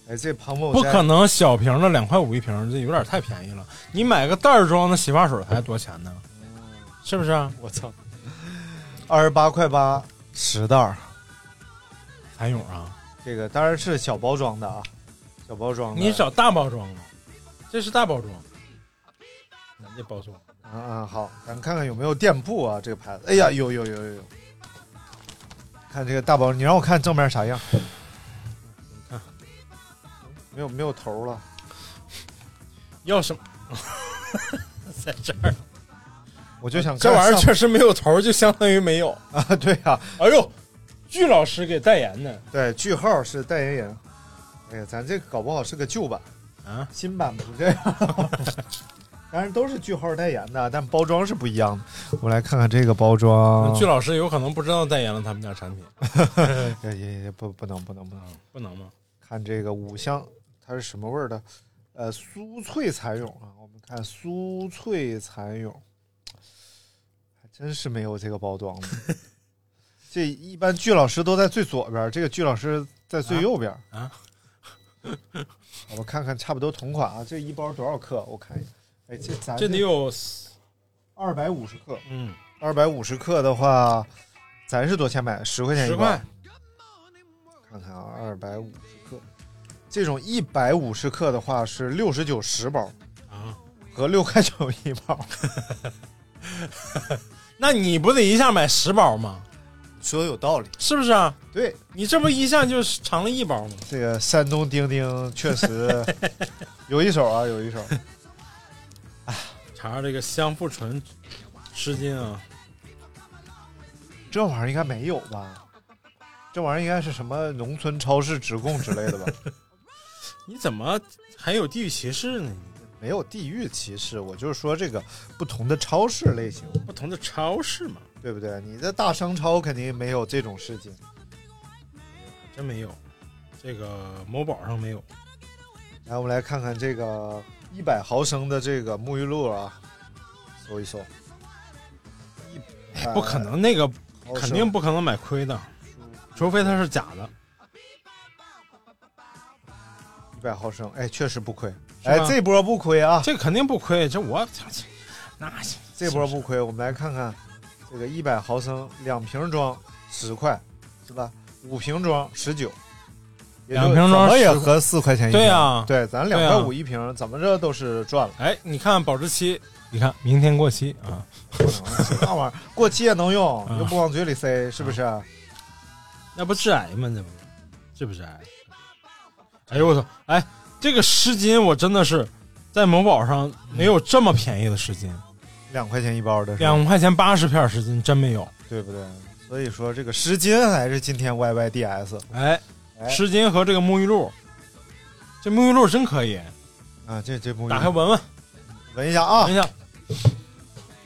S8: 哎，这庞某
S9: 不
S8: 在
S9: 可能小瓶的两块五一瓶，这有点太便宜了。你买个袋儿装的洗发水才多钱呢？是不是啊？
S8: 我操，二十八块八十袋儿，
S9: 蚕蛹啊，
S8: 这个当然是小包装的啊，小包装的。
S9: 你找大包装的，这是大包装，咱这包装
S8: 啊啊好，咱看看有没有店铺啊，这个牌子。哎呀，有有有有有，看这个大包，你让我看正面啥样？ [LAUGHS]
S9: 看，
S8: 没有没有头了。
S9: 要什么？ [LAUGHS] 在这儿，
S8: 我就想看
S9: 这玩意儿
S8: 上
S9: 确实没有头儿，就相当于没有
S8: 啊。 [LAUGHS] 对呀、
S9: 哎呦，巨老师给代言的， [LAUGHS]
S8: 对，句号是代言人。哎呀，咱这搞不好是个旧版
S9: 啊，
S8: 新版不这样。 [LAUGHS] 当然都是句号代言的，但包装是不一样的。我来看看这个包装。
S9: 巨老师有可能不知道代言了他们家产品，
S8: 也哎也也不不能不能不能
S9: 不能吗？
S8: 看这个五香，它是什么味儿的？呃，酥脆蚕蛹啊，我们看酥脆蚕蛹，还真是没有这个包装的。这一般巨老师都在最左边，这个巨老师在最右边
S9: 啊。
S8: 我们看看，差不多同款啊，这一包多少克？我看一下，哎，这咱
S9: 这得有
S8: 二百五十克，
S9: 嗯，
S8: 二百五十克的话，咱是多钱买？十块钱一
S9: 10
S8: 包
S9: 块。
S8: 看看啊，二百五十克，这种一百五十克的话是六十九十包
S9: 啊，
S8: 和六块九一包。
S9: 那你不得一下买十包吗？
S8: [LAUGHS] 说的有道理，
S9: 是不是啊？
S8: 对，
S9: 你这不一下就尝了一包吗？
S8: 这个山东丁丁确 [LAUGHS] 实有一手啊，有一手。
S9: 查查这个香馥醇湿巾啊，
S8: 这玩意儿应该没有吧？这玩意儿应该是什么农村超市直供之类的吧？ [LAUGHS]
S9: 你怎么还有地域歧视呢？
S8: 没有地域歧视，我就是说这个不同的超市类型，
S9: 不同的超市嘛，
S8: 对不对？你在大商超肯定没有这种事情。
S9: 真没有。这个某宝上没有，
S8: 来，我们来看看这个一百毫升的这个沐浴露啊，搜一搜，一哎
S9: 哎不可能，那个
S8: 毫升
S9: 肯定不可能买亏的，除非它是假的。
S8: 一百毫升，哎，确实不亏，
S9: 是吧
S8: 哎，这波不亏啊，
S9: 这肯定不亏，这我这那行
S8: 这波不亏。我们来看看这个一百毫升两瓶装十块，是吧？五瓶装十九，也就
S9: 两瓶装
S8: 怎么也
S9: 10
S8: 合四块钱一瓶。
S9: 对啊呀
S8: 对，咱两
S9: 对
S8: 块
S9: 呀
S8: 五一瓶，怎么着都是赚了。
S9: 哎，你看保质期，你看明天过期啊，
S8: 那玩意儿过期也能用，
S9: 嗯
S8: 又不往嘴里塞，是不啊是？
S11: 那不致癌吗？这不是，这不是癌。
S9: 哎呦我操！哎，这个湿巾我真的是在某宝上没有这么便宜的湿巾，
S8: 两块钱一包的，
S9: 两块钱八十片湿巾真没有。
S8: 对不对？所以说这个湿巾还是今天 Y Y D S
S9: 哎，湿巾和这个沐浴露，这沐浴露真可以，
S8: 啊，这这沐浴
S9: 打开闻闻，
S8: 闻一下啊，
S9: 闻一下。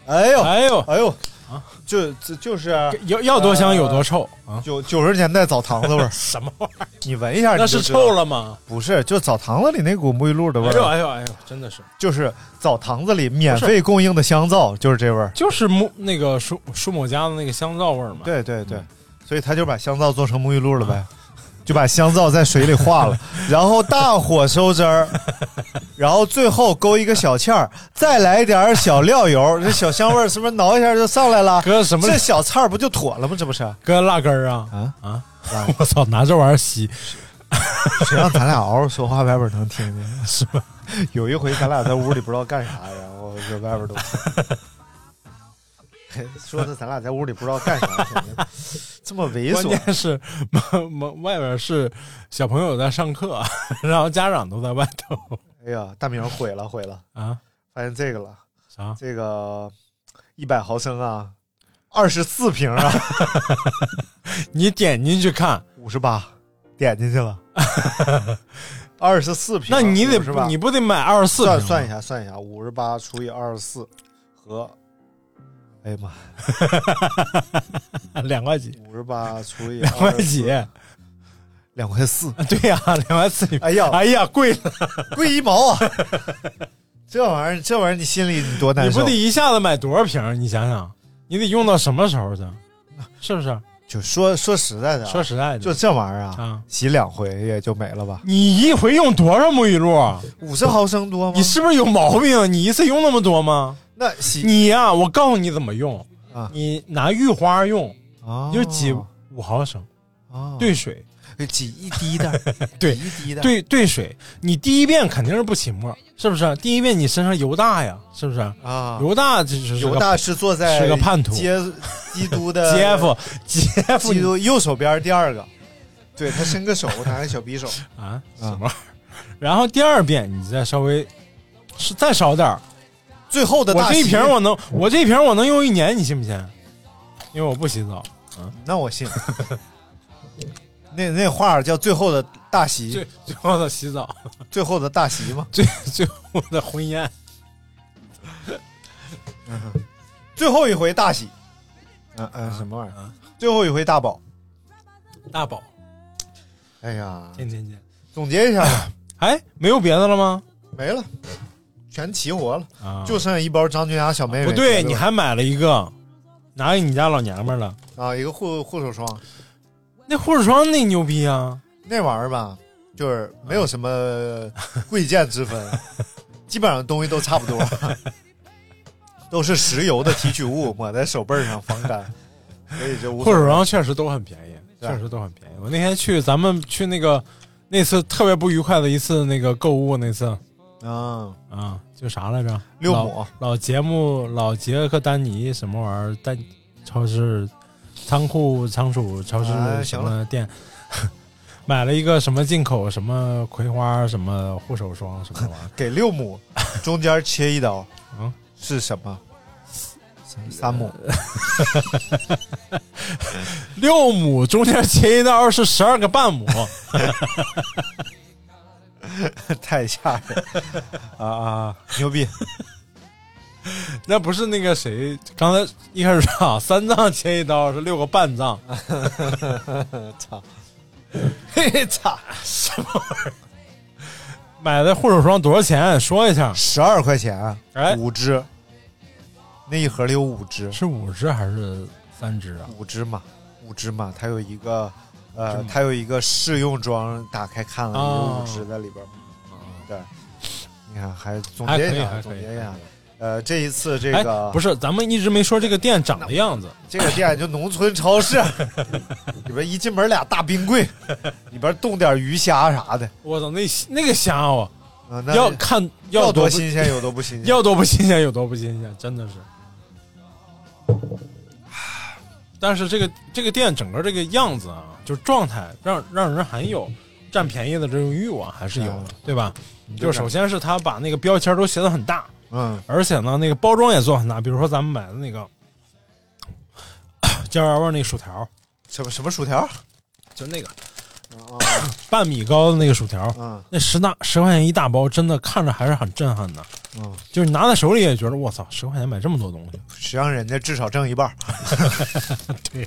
S8: 哎呦
S9: 哎呦
S8: 哎呦啊，就就就是啊
S9: 哎要要多香有多臭啊！
S8: 九九十年代澡堂子
S9: [LAUGHS]
S8: 味儿，
S9: 什么味儿？
S8: 你闻一下，
S9: 呃那是臭了吗？
S8: 不是，就澡堂子里那股沐浴露的味
S9: 哎呦哎
S8: 儿，
S9: 呦哎呦，真的是，
S8: 就是澡堂子里免费供应的香皂，就是这味儿。
S9: 就是沐那个舒舒某家的那个香皂味儿嘛。
S8: 对对对，所以他就把香皂做成沐浴露了呗， [LAUGHS] 就把香皂在水里化 [LAUGHS] 了，然后大火收汁儿，然后最后勾一个小芡儿，再来一点儿小料油，这小香味儿是不是挠一下就上来了？
S9: 哥什么
S8: 这小菜儿不就妥了吗？这不是？
S9: 搁辣根儿啊啊啊！ [LAUGHS] 我操，拿这玩意儿吸，
S8: 谁让咱俩嗷嗷说话，外边能听见 [LAUGHS] 是吧？有一回咱俩在屋里不知道干啥，然后这外边都。 [LAUGHS] 嘿说的咱俩在屋里不知道干啥，感觉这么猥
S9: 关
S8: 琐。
S9: 键是门门外边是小朋友在上课， [LAUGHS] 然后家长都在外头
S8: 哎呀，大明儿毁了毁了，
S9: [LAUGHS] 啊。
S8: 发现这个了，
S9: 啥？
S8: 这个一百毫升啊，二十四瓶啊，
S9: [LAUGHS] 你点进去看，
S8: 五十八，点进去
S9: [LAUGHS]
S8: 了，二十四瓶，
S9: 那你得
S8: 是吧？
S9: 你不得买二十四
S8: 算
S9: 瓶吗？
S8: 算一下，算一下，五十八除以二十四和，哎呀妈，
S9: 啊两块几，
S8: 五十八除以
S9: 两块几，
S8: 24，两块四，
S9: [LAUGHS] 对呀、两块四。
S8: 哎呀
S9: 哎呀，贵了，
S8: 贵一毛啊！这玩意儿，这玩意儿，你心里你多难
S9: 你
S8: 受？
S9: 不得一下子买多少瓶儿？你想想，你得用到什么时候去？
S8: 啊
S9: 是不是？
S8: 就说说实在的啊，
S9: 说实在的，
S8: 就这玩意儿啊
S9: 啊，
S8: 洗两回也就没了吧？
S9: 你一回用多少沐浴露啊？
S8: 五十毫升多吗？
S9: 你是不是有毛病？啊你一次用那么多吗？
S8: 那洗
S9: 你呀、我告诉你怎么用
S8: 啊
S9: 你拿浴花用，
S8: 啊
S9: 你就挤五毫升
S8: 啊，
S9: 兑水，
S8: 挤一滴的，
S9: [LAUGHS] 对
S8: 挤一滴的，
S9: 兑兑水。你第一遍肯定是不起沫，是不是？第一遍你身上油大呀，是不是？
S8: 啊，
S9: 油大这就是
S8: 犹
S9: 个
S8: 大是坐在
S9: 是个叛徒 [LAUGHS]
S8: 接基督的
S9: 杰夫，杰夫
S8: 基
S9: 你
S8: 督右手边第二个，对他伸个手，拿个小匕首，
S9: 啊什么玩意儿？然后第二遍你再稍微是再少点儿，
S8: 最后的
S9: 我
S8: 大
S9: 这一
S8: 喜
S9: 瓶我能我这一瓶我能用一年，你信不信？因为我不洗澡，
S8: 那我信。那那话叫最后的大喜，
S9: 最
S8: 最
S9: 最后的洗澡，
S8: 后的大喜嘛，
S9: 最最后的婚宴，
S8: 最后一回大喜。嗯嗯，什么玩意儿？最后一回大宝。
S9: 大宝，
S8: 哎呀，
S9: 天天见。
S8: 总结一下
S9: [LAUGHS]
S8: 吧，
S9: 哎，没有别的了吗？
S8: 没了，全齐活了，
S9: 啊，
S8: 就剩一包张君雅小妹妹。
S9: 不对，你还买了一个，拿给你家老娘们儿了。
S8: 啊，一个护护手霜，
S9: 那护手霜那牛逼啊！
S8: 那玩意儿吧，就是没有什
S9: [LAUGHS]
S8: 么贵贱之分，基本上东西都差不
S9: [LAUGHS]
S8: 多，都是石油的提取物，抹在手背儿上防
S9: [LAUGHS]
S8: 干，所以就无
S9: 护
S8: 所
S9: 手
S8: 谓。
S9: 霜确实都很便宜，
S8: 对
S9: 确实都很便宜。我那天去咱们去那个那次特别不愉快的一次那个购物那次
S8: 嗯，
S9: 啊，就啥来着？
S8: 六
S9: 老
S8: 亩
S9: 老节目老杰克丹尼什么玩意儿？丹超市、仓库、仓储、超市
S8: 哎
S9: 什
S8: 行了？
S9: 么店？ [LAUGHS] 买了一个什么进口什么葵花什么护手霜什么玩意儿
S8: 给六亩，中间切一刀，
S9: 嗯，
S8: 是什么？三三亩，
S9: 六亩中间切一刀是十二个半亩，呃
S8: 太吓人了 [LAUGHS] 啊啊！牛逼！
S9: [LAUGHS] 那不是那个谁刚才一开始说啊，三藏切一刀是六个半藏，
S8: [LAUGHS]
S9: [LAUGHS]
S8: 操！嘿嘿，操！
S9: 什么玩意儿？买的护手霜多少钱？说一下，
S8: 十二块钱，
S9: 哎
S8: 五支，那一盒里有五支，
S9: 是五支还是三支啊？
S8: 五支嘛，五支嘛，它有一个呃
S9: 是，吗
S8: 它有一个试用装，打开看了
S9: 哦
S8: 有五支在里边儿。对，你看，还总
S9: 还
S8: 结
S9: 可
S8: 一
S9: 以
S8: 下，
S9: 还可以
S8: 总结一下，呃，这一次这
S9: 哎
S8: 个，
S9: 不是，咱们一直没说这个店长的样子。
S8: 这个店就农村超市， [LAUGHS] 里边一进门俩大冰
S9: [LAUGHS]
S8: 柜，里边冻点鱼虾啥的。呃
S9: 我操，那那个虾哦，
S8: 那
S9: 要看
S8: 要
S9: 多
S8: 多
S9: 不
S8: 新鲜有多不新鲜
S9: 要多不新鲜有多不新鲜，真的是。但是这个这个店整个这个样子啊，就是状态让让人很有占便宜的这种欲望还是有的，对吧？就首先是他把那个标签都写的很大，
S8: 嗯，
S9: 而且呢，那个包装也做很大，比如说咱们买的那个 [COUGHS] 焦娃娃那薯条，
S8: 什么什么薯条？
S9: 就那个 [COUGHS] 半米高的那个薯条，那十大十块钱一大包，真的看着还是很震撼的。
S8: 嗯，
S9: 就是你拿在手里也觉得我操，十块钱买这么多东西。
S8: 谁让人家至少挣一半？
S9: 对。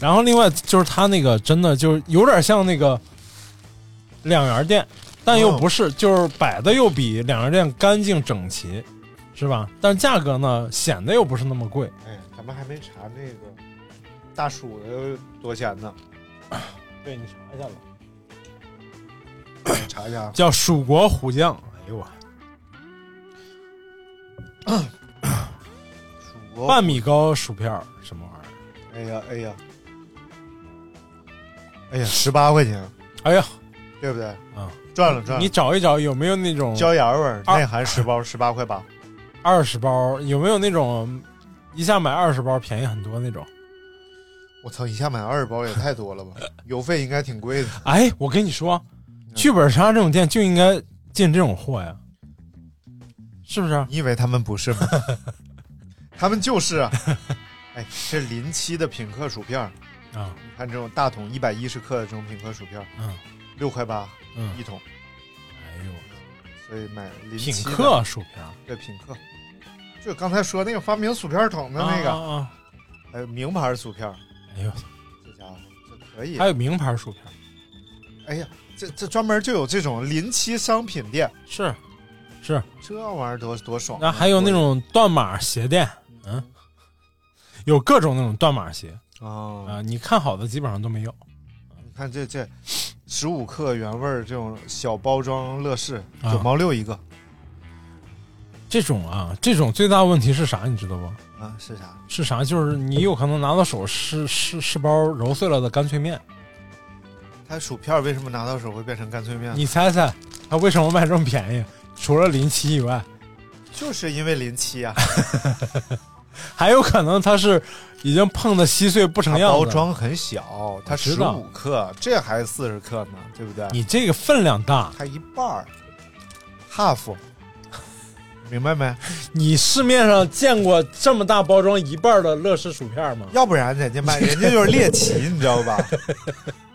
S9: 然后另外就是他那个真的就是有点像那个两元店，但又不是，就是摆的又比两元店干净整齐，是吧？但是价格呢显得又不是那么贵。
S8: 哎，咱们还没查那个大薯的多钱呢。
S9: 对你查一下吧。
S8: 查一下，
S9: 叫蜀国虎将。哎呦
S8: 哦
S9: 我，半米高薯片儿什么玩意
S8: 哎呀，哎呀，哎呀，十八块钱，
S9: 哎呀，
S8: 对不对？
S9: 啊，
S8: 赚了赚了。
S9: 你找一找有没有那种
S8: 椒盐味儿
S9: 二
S8: 内含十包，十八块八。
S9: 儿？二十包有没有那种一下买二十包便宜很多那种？
S8: 我操，一下买二十包也太多了吧？邮费应该挺贵的。
S9: 哎，我跟你说，剧本杀这种店就应该进这种货呀，是不是？
S8: 你以为他们不是吗？ [LAUGHS] 他们就是啊。哎，这临期的品客薯片啊，
S9: 啊
S8: 你看这种大桶一百一十克的这种品客薯片，
S9: 嗯，
S8: 六块八，
S9: 嗯
S8: 一桶。
S9: 哎呦，
S8: 所以买临期
S9: 品
S8: 的
S9: 客薯片儿，
S8: 对品客，就刚才说那个发明薯片桶的那
S9: 啊
S8: 个，
S9: 啊
S8: 还有名牌薯片，
S9: 哎呦，
S8: 这家伙这可以。
S9: 还有名牌薯片儿，
S8: 哎呀，这这专门就有这种临期商品店，
S9: 是是，
S8: 这玩意儿多多爽啊。
S9: 那还有那种断码鞋店，嗯，有各种那种断码鞋
S8: 啊、
S9: 你看好的基本上都没有。
S8: 你看这这十五克原味儿这种小包装乐事，
S9: 啊
S8: 九毛六一个
S9: 这种啊，这种最大问题是啥？你知道不？
S8: 啊，是啥？
S9: 是啥？就是你有可能拿到手是是是包揉碎了的干脆面，
S8: 它薯片为什么拿到手会变成干脆面？
S9: 你猜猜它为什么卖这么便宜？除了临期以外，
S8: 就是因为临期啊，
S9: 还有可能它是已经碰的稀碎不
S8: 它
S9: [LAUGHS] 成样子了。
S8: 包装很小，它
S9: 我知
S8: 十
S9: 道
S8: 五克，这还四十克呢，对不对？
S9: 你这个分量大，
S8: 它一半儿，half，明白没？
S9: 你市面上见过这么大包装一半的乐事薯片吗？
S8: 要不然人家卖，人家就是猎奇，你知道
S9: [LAUGHS]
S8: 吧？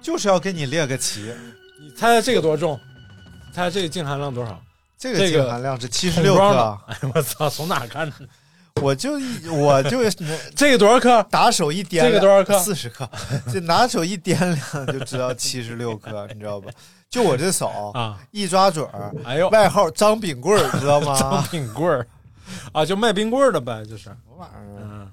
S8: 就是要给你猎个奇。
S9: 你猜猜这个多重？猜猜这个净含量多少？
S8: 这个
S9: 这个
S8: 净含量是七十
S9: 桶
S8: 六
S9: 装的
S8: 克，
S9: 哎我操，从哪看的？
S8: 我就一我就
S9: 这个多少克？
S8: 打手一掂量，
S9: 这个多少克
S8: 四十克，就拿手一掂量就知道七十六克，你知道吧？就我这手
S9: 啊，
S8: 一抓准儿，
S9: 哎呦
S8: 外号张饼棍儿，知道
S9: 装
S8: 吗？
S9: 冰棍儿啊，就卖冰棍儿的呗，就是。嗯，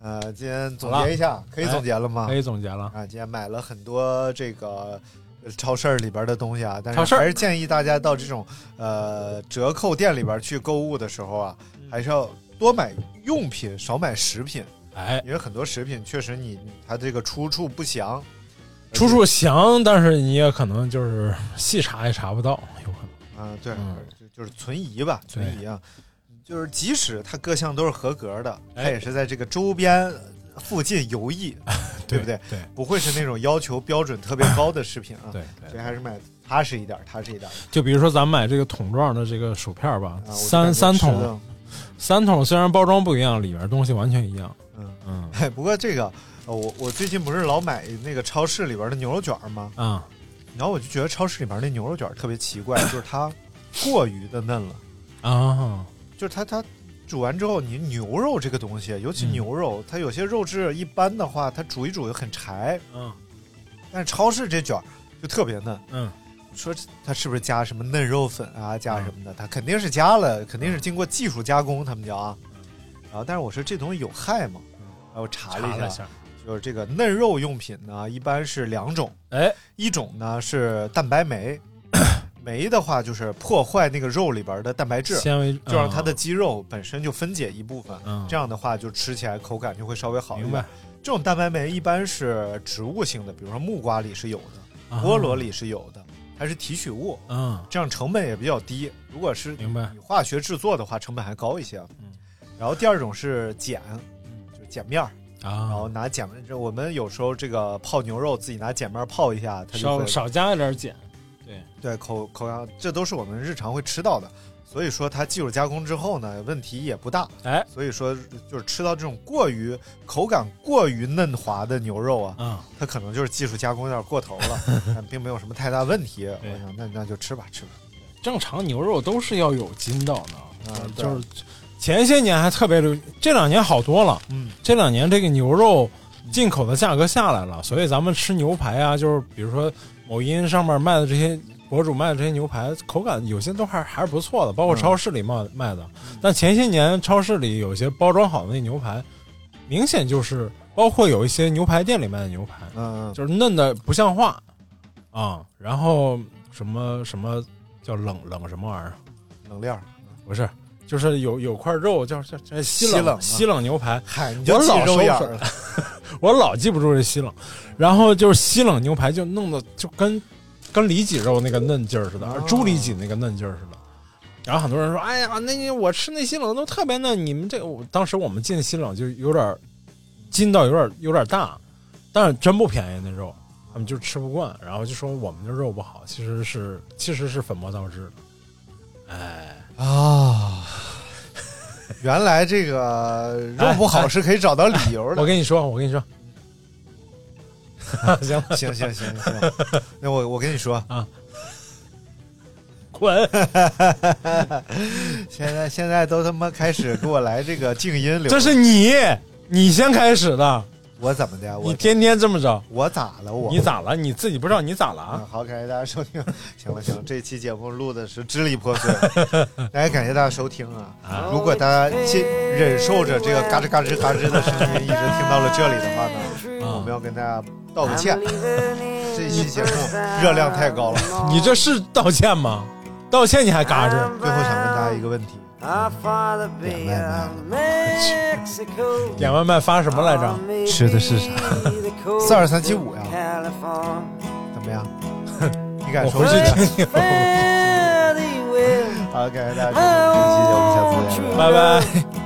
S8: 呃，今天总
S9: 好了哎
S8: 结一下，可以总结了吗？
S9: 可以总结了。
S8: 啊，今天买了很多这个呃超市里边的东西啊，但
S9: 超市
S8: 是还是建议大家到这种呃折扣店里边去购物的时候啊，
S9: 嗯
S8: 还是要多买用品，少买食品，
S9: 哎，
S8: 因为很多食品确实你你它这个出处不详，
S9: 出处详，但是你也可能就是细查也查不到，有可能。
S8: 啊，对，
S9: 嗯
S8: 就就是存疑吧，
S9: 对
S8: 存疑啊，就是即使它各项都是合格的，它
S9: 哎啊
S8: 也是在这个周边附近游
S9: [LAUGHS]
S8: 弋，对不对？
S9: 对
S8: 不会是那种要求标准特别高的食品啊，
S9: 对
S8: 所以还是买踏实一点，踏实一点。
S9: 就比如说咱买这个桶状的这个薯片儿吧，
S8: 啊我就
S9: 三
S8: 感觉
S9: 三
S8: 吃
S9: 桶
S8: 的，
S9: 三桶虽然包装不一样，里面东西完全一样。
S8: 嗯 [LAUGHS]
S9: 嗯
S8: 哎，不过这个，呃我我最近不是老买那个超市里边的牛肉卷儿吗？
S9: 啊，
S8: 然后我就觉得超市里边那牛肉卷儿特别奇怪，就是它过于的嫩了，
S9: 啊，
S8: 就是它它煮完之后，你牛肉这个东西，尤其
S9: 嗯
S8: 牛肉，它有些肉质一般的话，它煮一煮就很柴，
S9: 嗯
S8: 但是超市这卷儿就特别嫩。
S9: 嗯，
S8: 说它是不是加什么嫩肉粉啊，加什么的？它肯定是加了，肯定是经过技术加工，他们叫啊。然后，但是我说这东西有害吗？然后我嗯查
S9: 查
S8: 了
S9: 了
S8: 一
S9: 一
S8: 下
S9: 下，，
S8: 就是这个嫩肉用品呢，一般是两种，
S9: 哎，
S8: [COUGHS] 一种呢是蛋白酶，酶的话就是破坏那个肉里边的蛋白质
S9: 纤维
S8: 就让
S9: 嗯哦
S8: 它的肌肉本身就分解一部分，这样的话就吃起来口感就会稍微好一点。
S9: 明白
S8: 这种蛋白酶一般是植物性的，比如说木瓜里是有的，
S9: 啊
S8: 菠萝里是有的，它是提取物，
S9: 嗯，
S8: 这样成本也比较低。如果是
S9: 明白啊嗯
S8: 你化学制作的话，成本还高一些。啊然后第二种是碱，就是碱面儿。
S9: 啊
S8: 然后拿碱面，这我们有时候这个泡牛肉自己拿碱面儿泡一下，它就
S9: 少
S8: 会
S9: 少加一点碱，对
S8: 对口口感，这都是我们日常会吃到的。所以说它技术加工之后呢，问题也不大。
S9: 哎，
S8: 所以说就是吃到这种过于口感过于嫩滑的牛肉啊，
S9: 嗯，
S8: 它可能就是技术加工有点过头
S9: [LAUGHS]
S8: 了，但并没有什么太大问题。我想那那就吃吧，吃吧。
S9: 正常牛肉都是要有筋道的，
S8: 嗯对
S9: 就是前些年还特别流，这两年好多了。
S8: 嗯，
S9: 这两年这个牛肉进口的价格下来了，所以咱们吃牛排啊，就是比如说某音上面卖的这些博主卖的这些牛排，口感有些都还还是不错的，
S8: 嗯
S9: 包括超市里卖卖的。但前些年超市里有些包装好的那牛排，明显就是包括有一些牛排店里卖的牛排，
S8: 嗯，
S9: 就是嫩的不像话啊。然后什么什么叫冷冷什么玩意儿？
S8: 冷链儿
S9: 不是，就是有有块肉叫叫叫西
S8: 西冷啊
S9: 冷西冷牛排。
S8: 嗨，你就
S9: 我
S8: 记
S9: 老
S8: 肉眼
S9: 收
S8: 儿
S9: 拾
S8: 了。
S9: 我老记不住这西冷，然后就是西冷牛排就弄得就跟跟里脊肉那个嫩劲儿似的，
S8: 哦
S9: 而猪里脊那个嫩劲儿似的。然后很多人说：“哎呀，那我吃那西冷都特别嫩，你们这我当时我们进西冷就有点儿筋道有点儿有点儿大，但是真不便宜那肉，他们就吃不惯，然后就说我们这肉不好，其实是其实是粉末倒置的。哎， [LAUGHS]
S8: 啊。原来这个肉不好是可以找到理由的。
S9: 哎我跟你说，我跟
S8: [LAUGHS]
S9: 你说，行
S8: 行行行行，
S9: [LAUGHS]
S8: 那我我跟你说
S9: 啊，滚！
S8: 现在现在都他妈开始给我来这个静音流，
S9: 这是你，你先开始的，
S8: 我怎么的？我
S9: 你天天这么着，
S8: 我咋了？我
S9: 你咋了？你自己不知道你咋了
S8: 嗯
S9: 啊？
S8: 好，感谢大家收听。行了行了，这期节目录的是支离破碎，
S9: [LAUGHS]
S8: 大家感谢大家收听啊！如果大家接忍受着这个嘎吱嘎吱嘎吱的声音一直听到了这里的话
S9: 啊
S8: 呢，我们要跟大家道个歉。这一期节目热量太高了，
S9: 你这是道歉吗？道歉你还嘎吱？
S8: 最后想问大家一个问题：点外卖了吗？
S9: 点外卖发什么来着？
S8: 吃的是啥？ [LAUGHS] 四二三七五呀？怎么样？ [LAUGHS] 你敢
S9: 我
S8: 说
S9: 回去
S8: 是
S9: 听听。
S8: 好，感谢大家收听这期节目，我们下次见，拜拜
S9: 拜拜。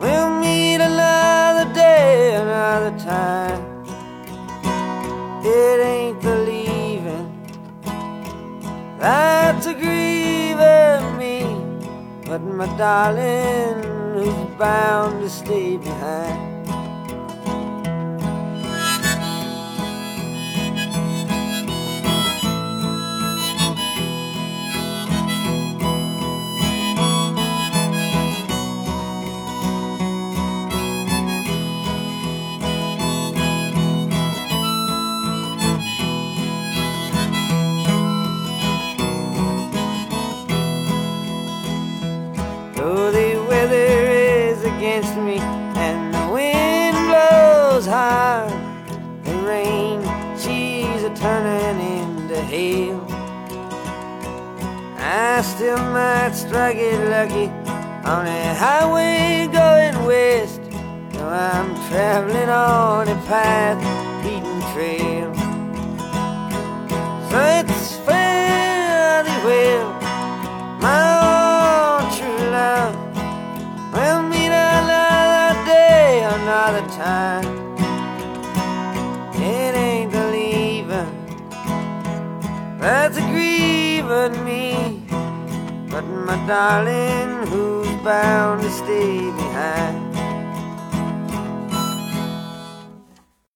S12: We'll meet another day, another time. It ain't believing that's a grieving me, but my darling who's bound to stay behind. Though the weather is against me and the wind blows hard, the rain she's a turning into hail. I still might strike it lucky on a highway going west. Though I'm traveling on a path beaten trail. So it's fairly well my own true love. We'll meet another day, another time. It ain't believing that's a grieving me, but my darling, who's bound to stay behind?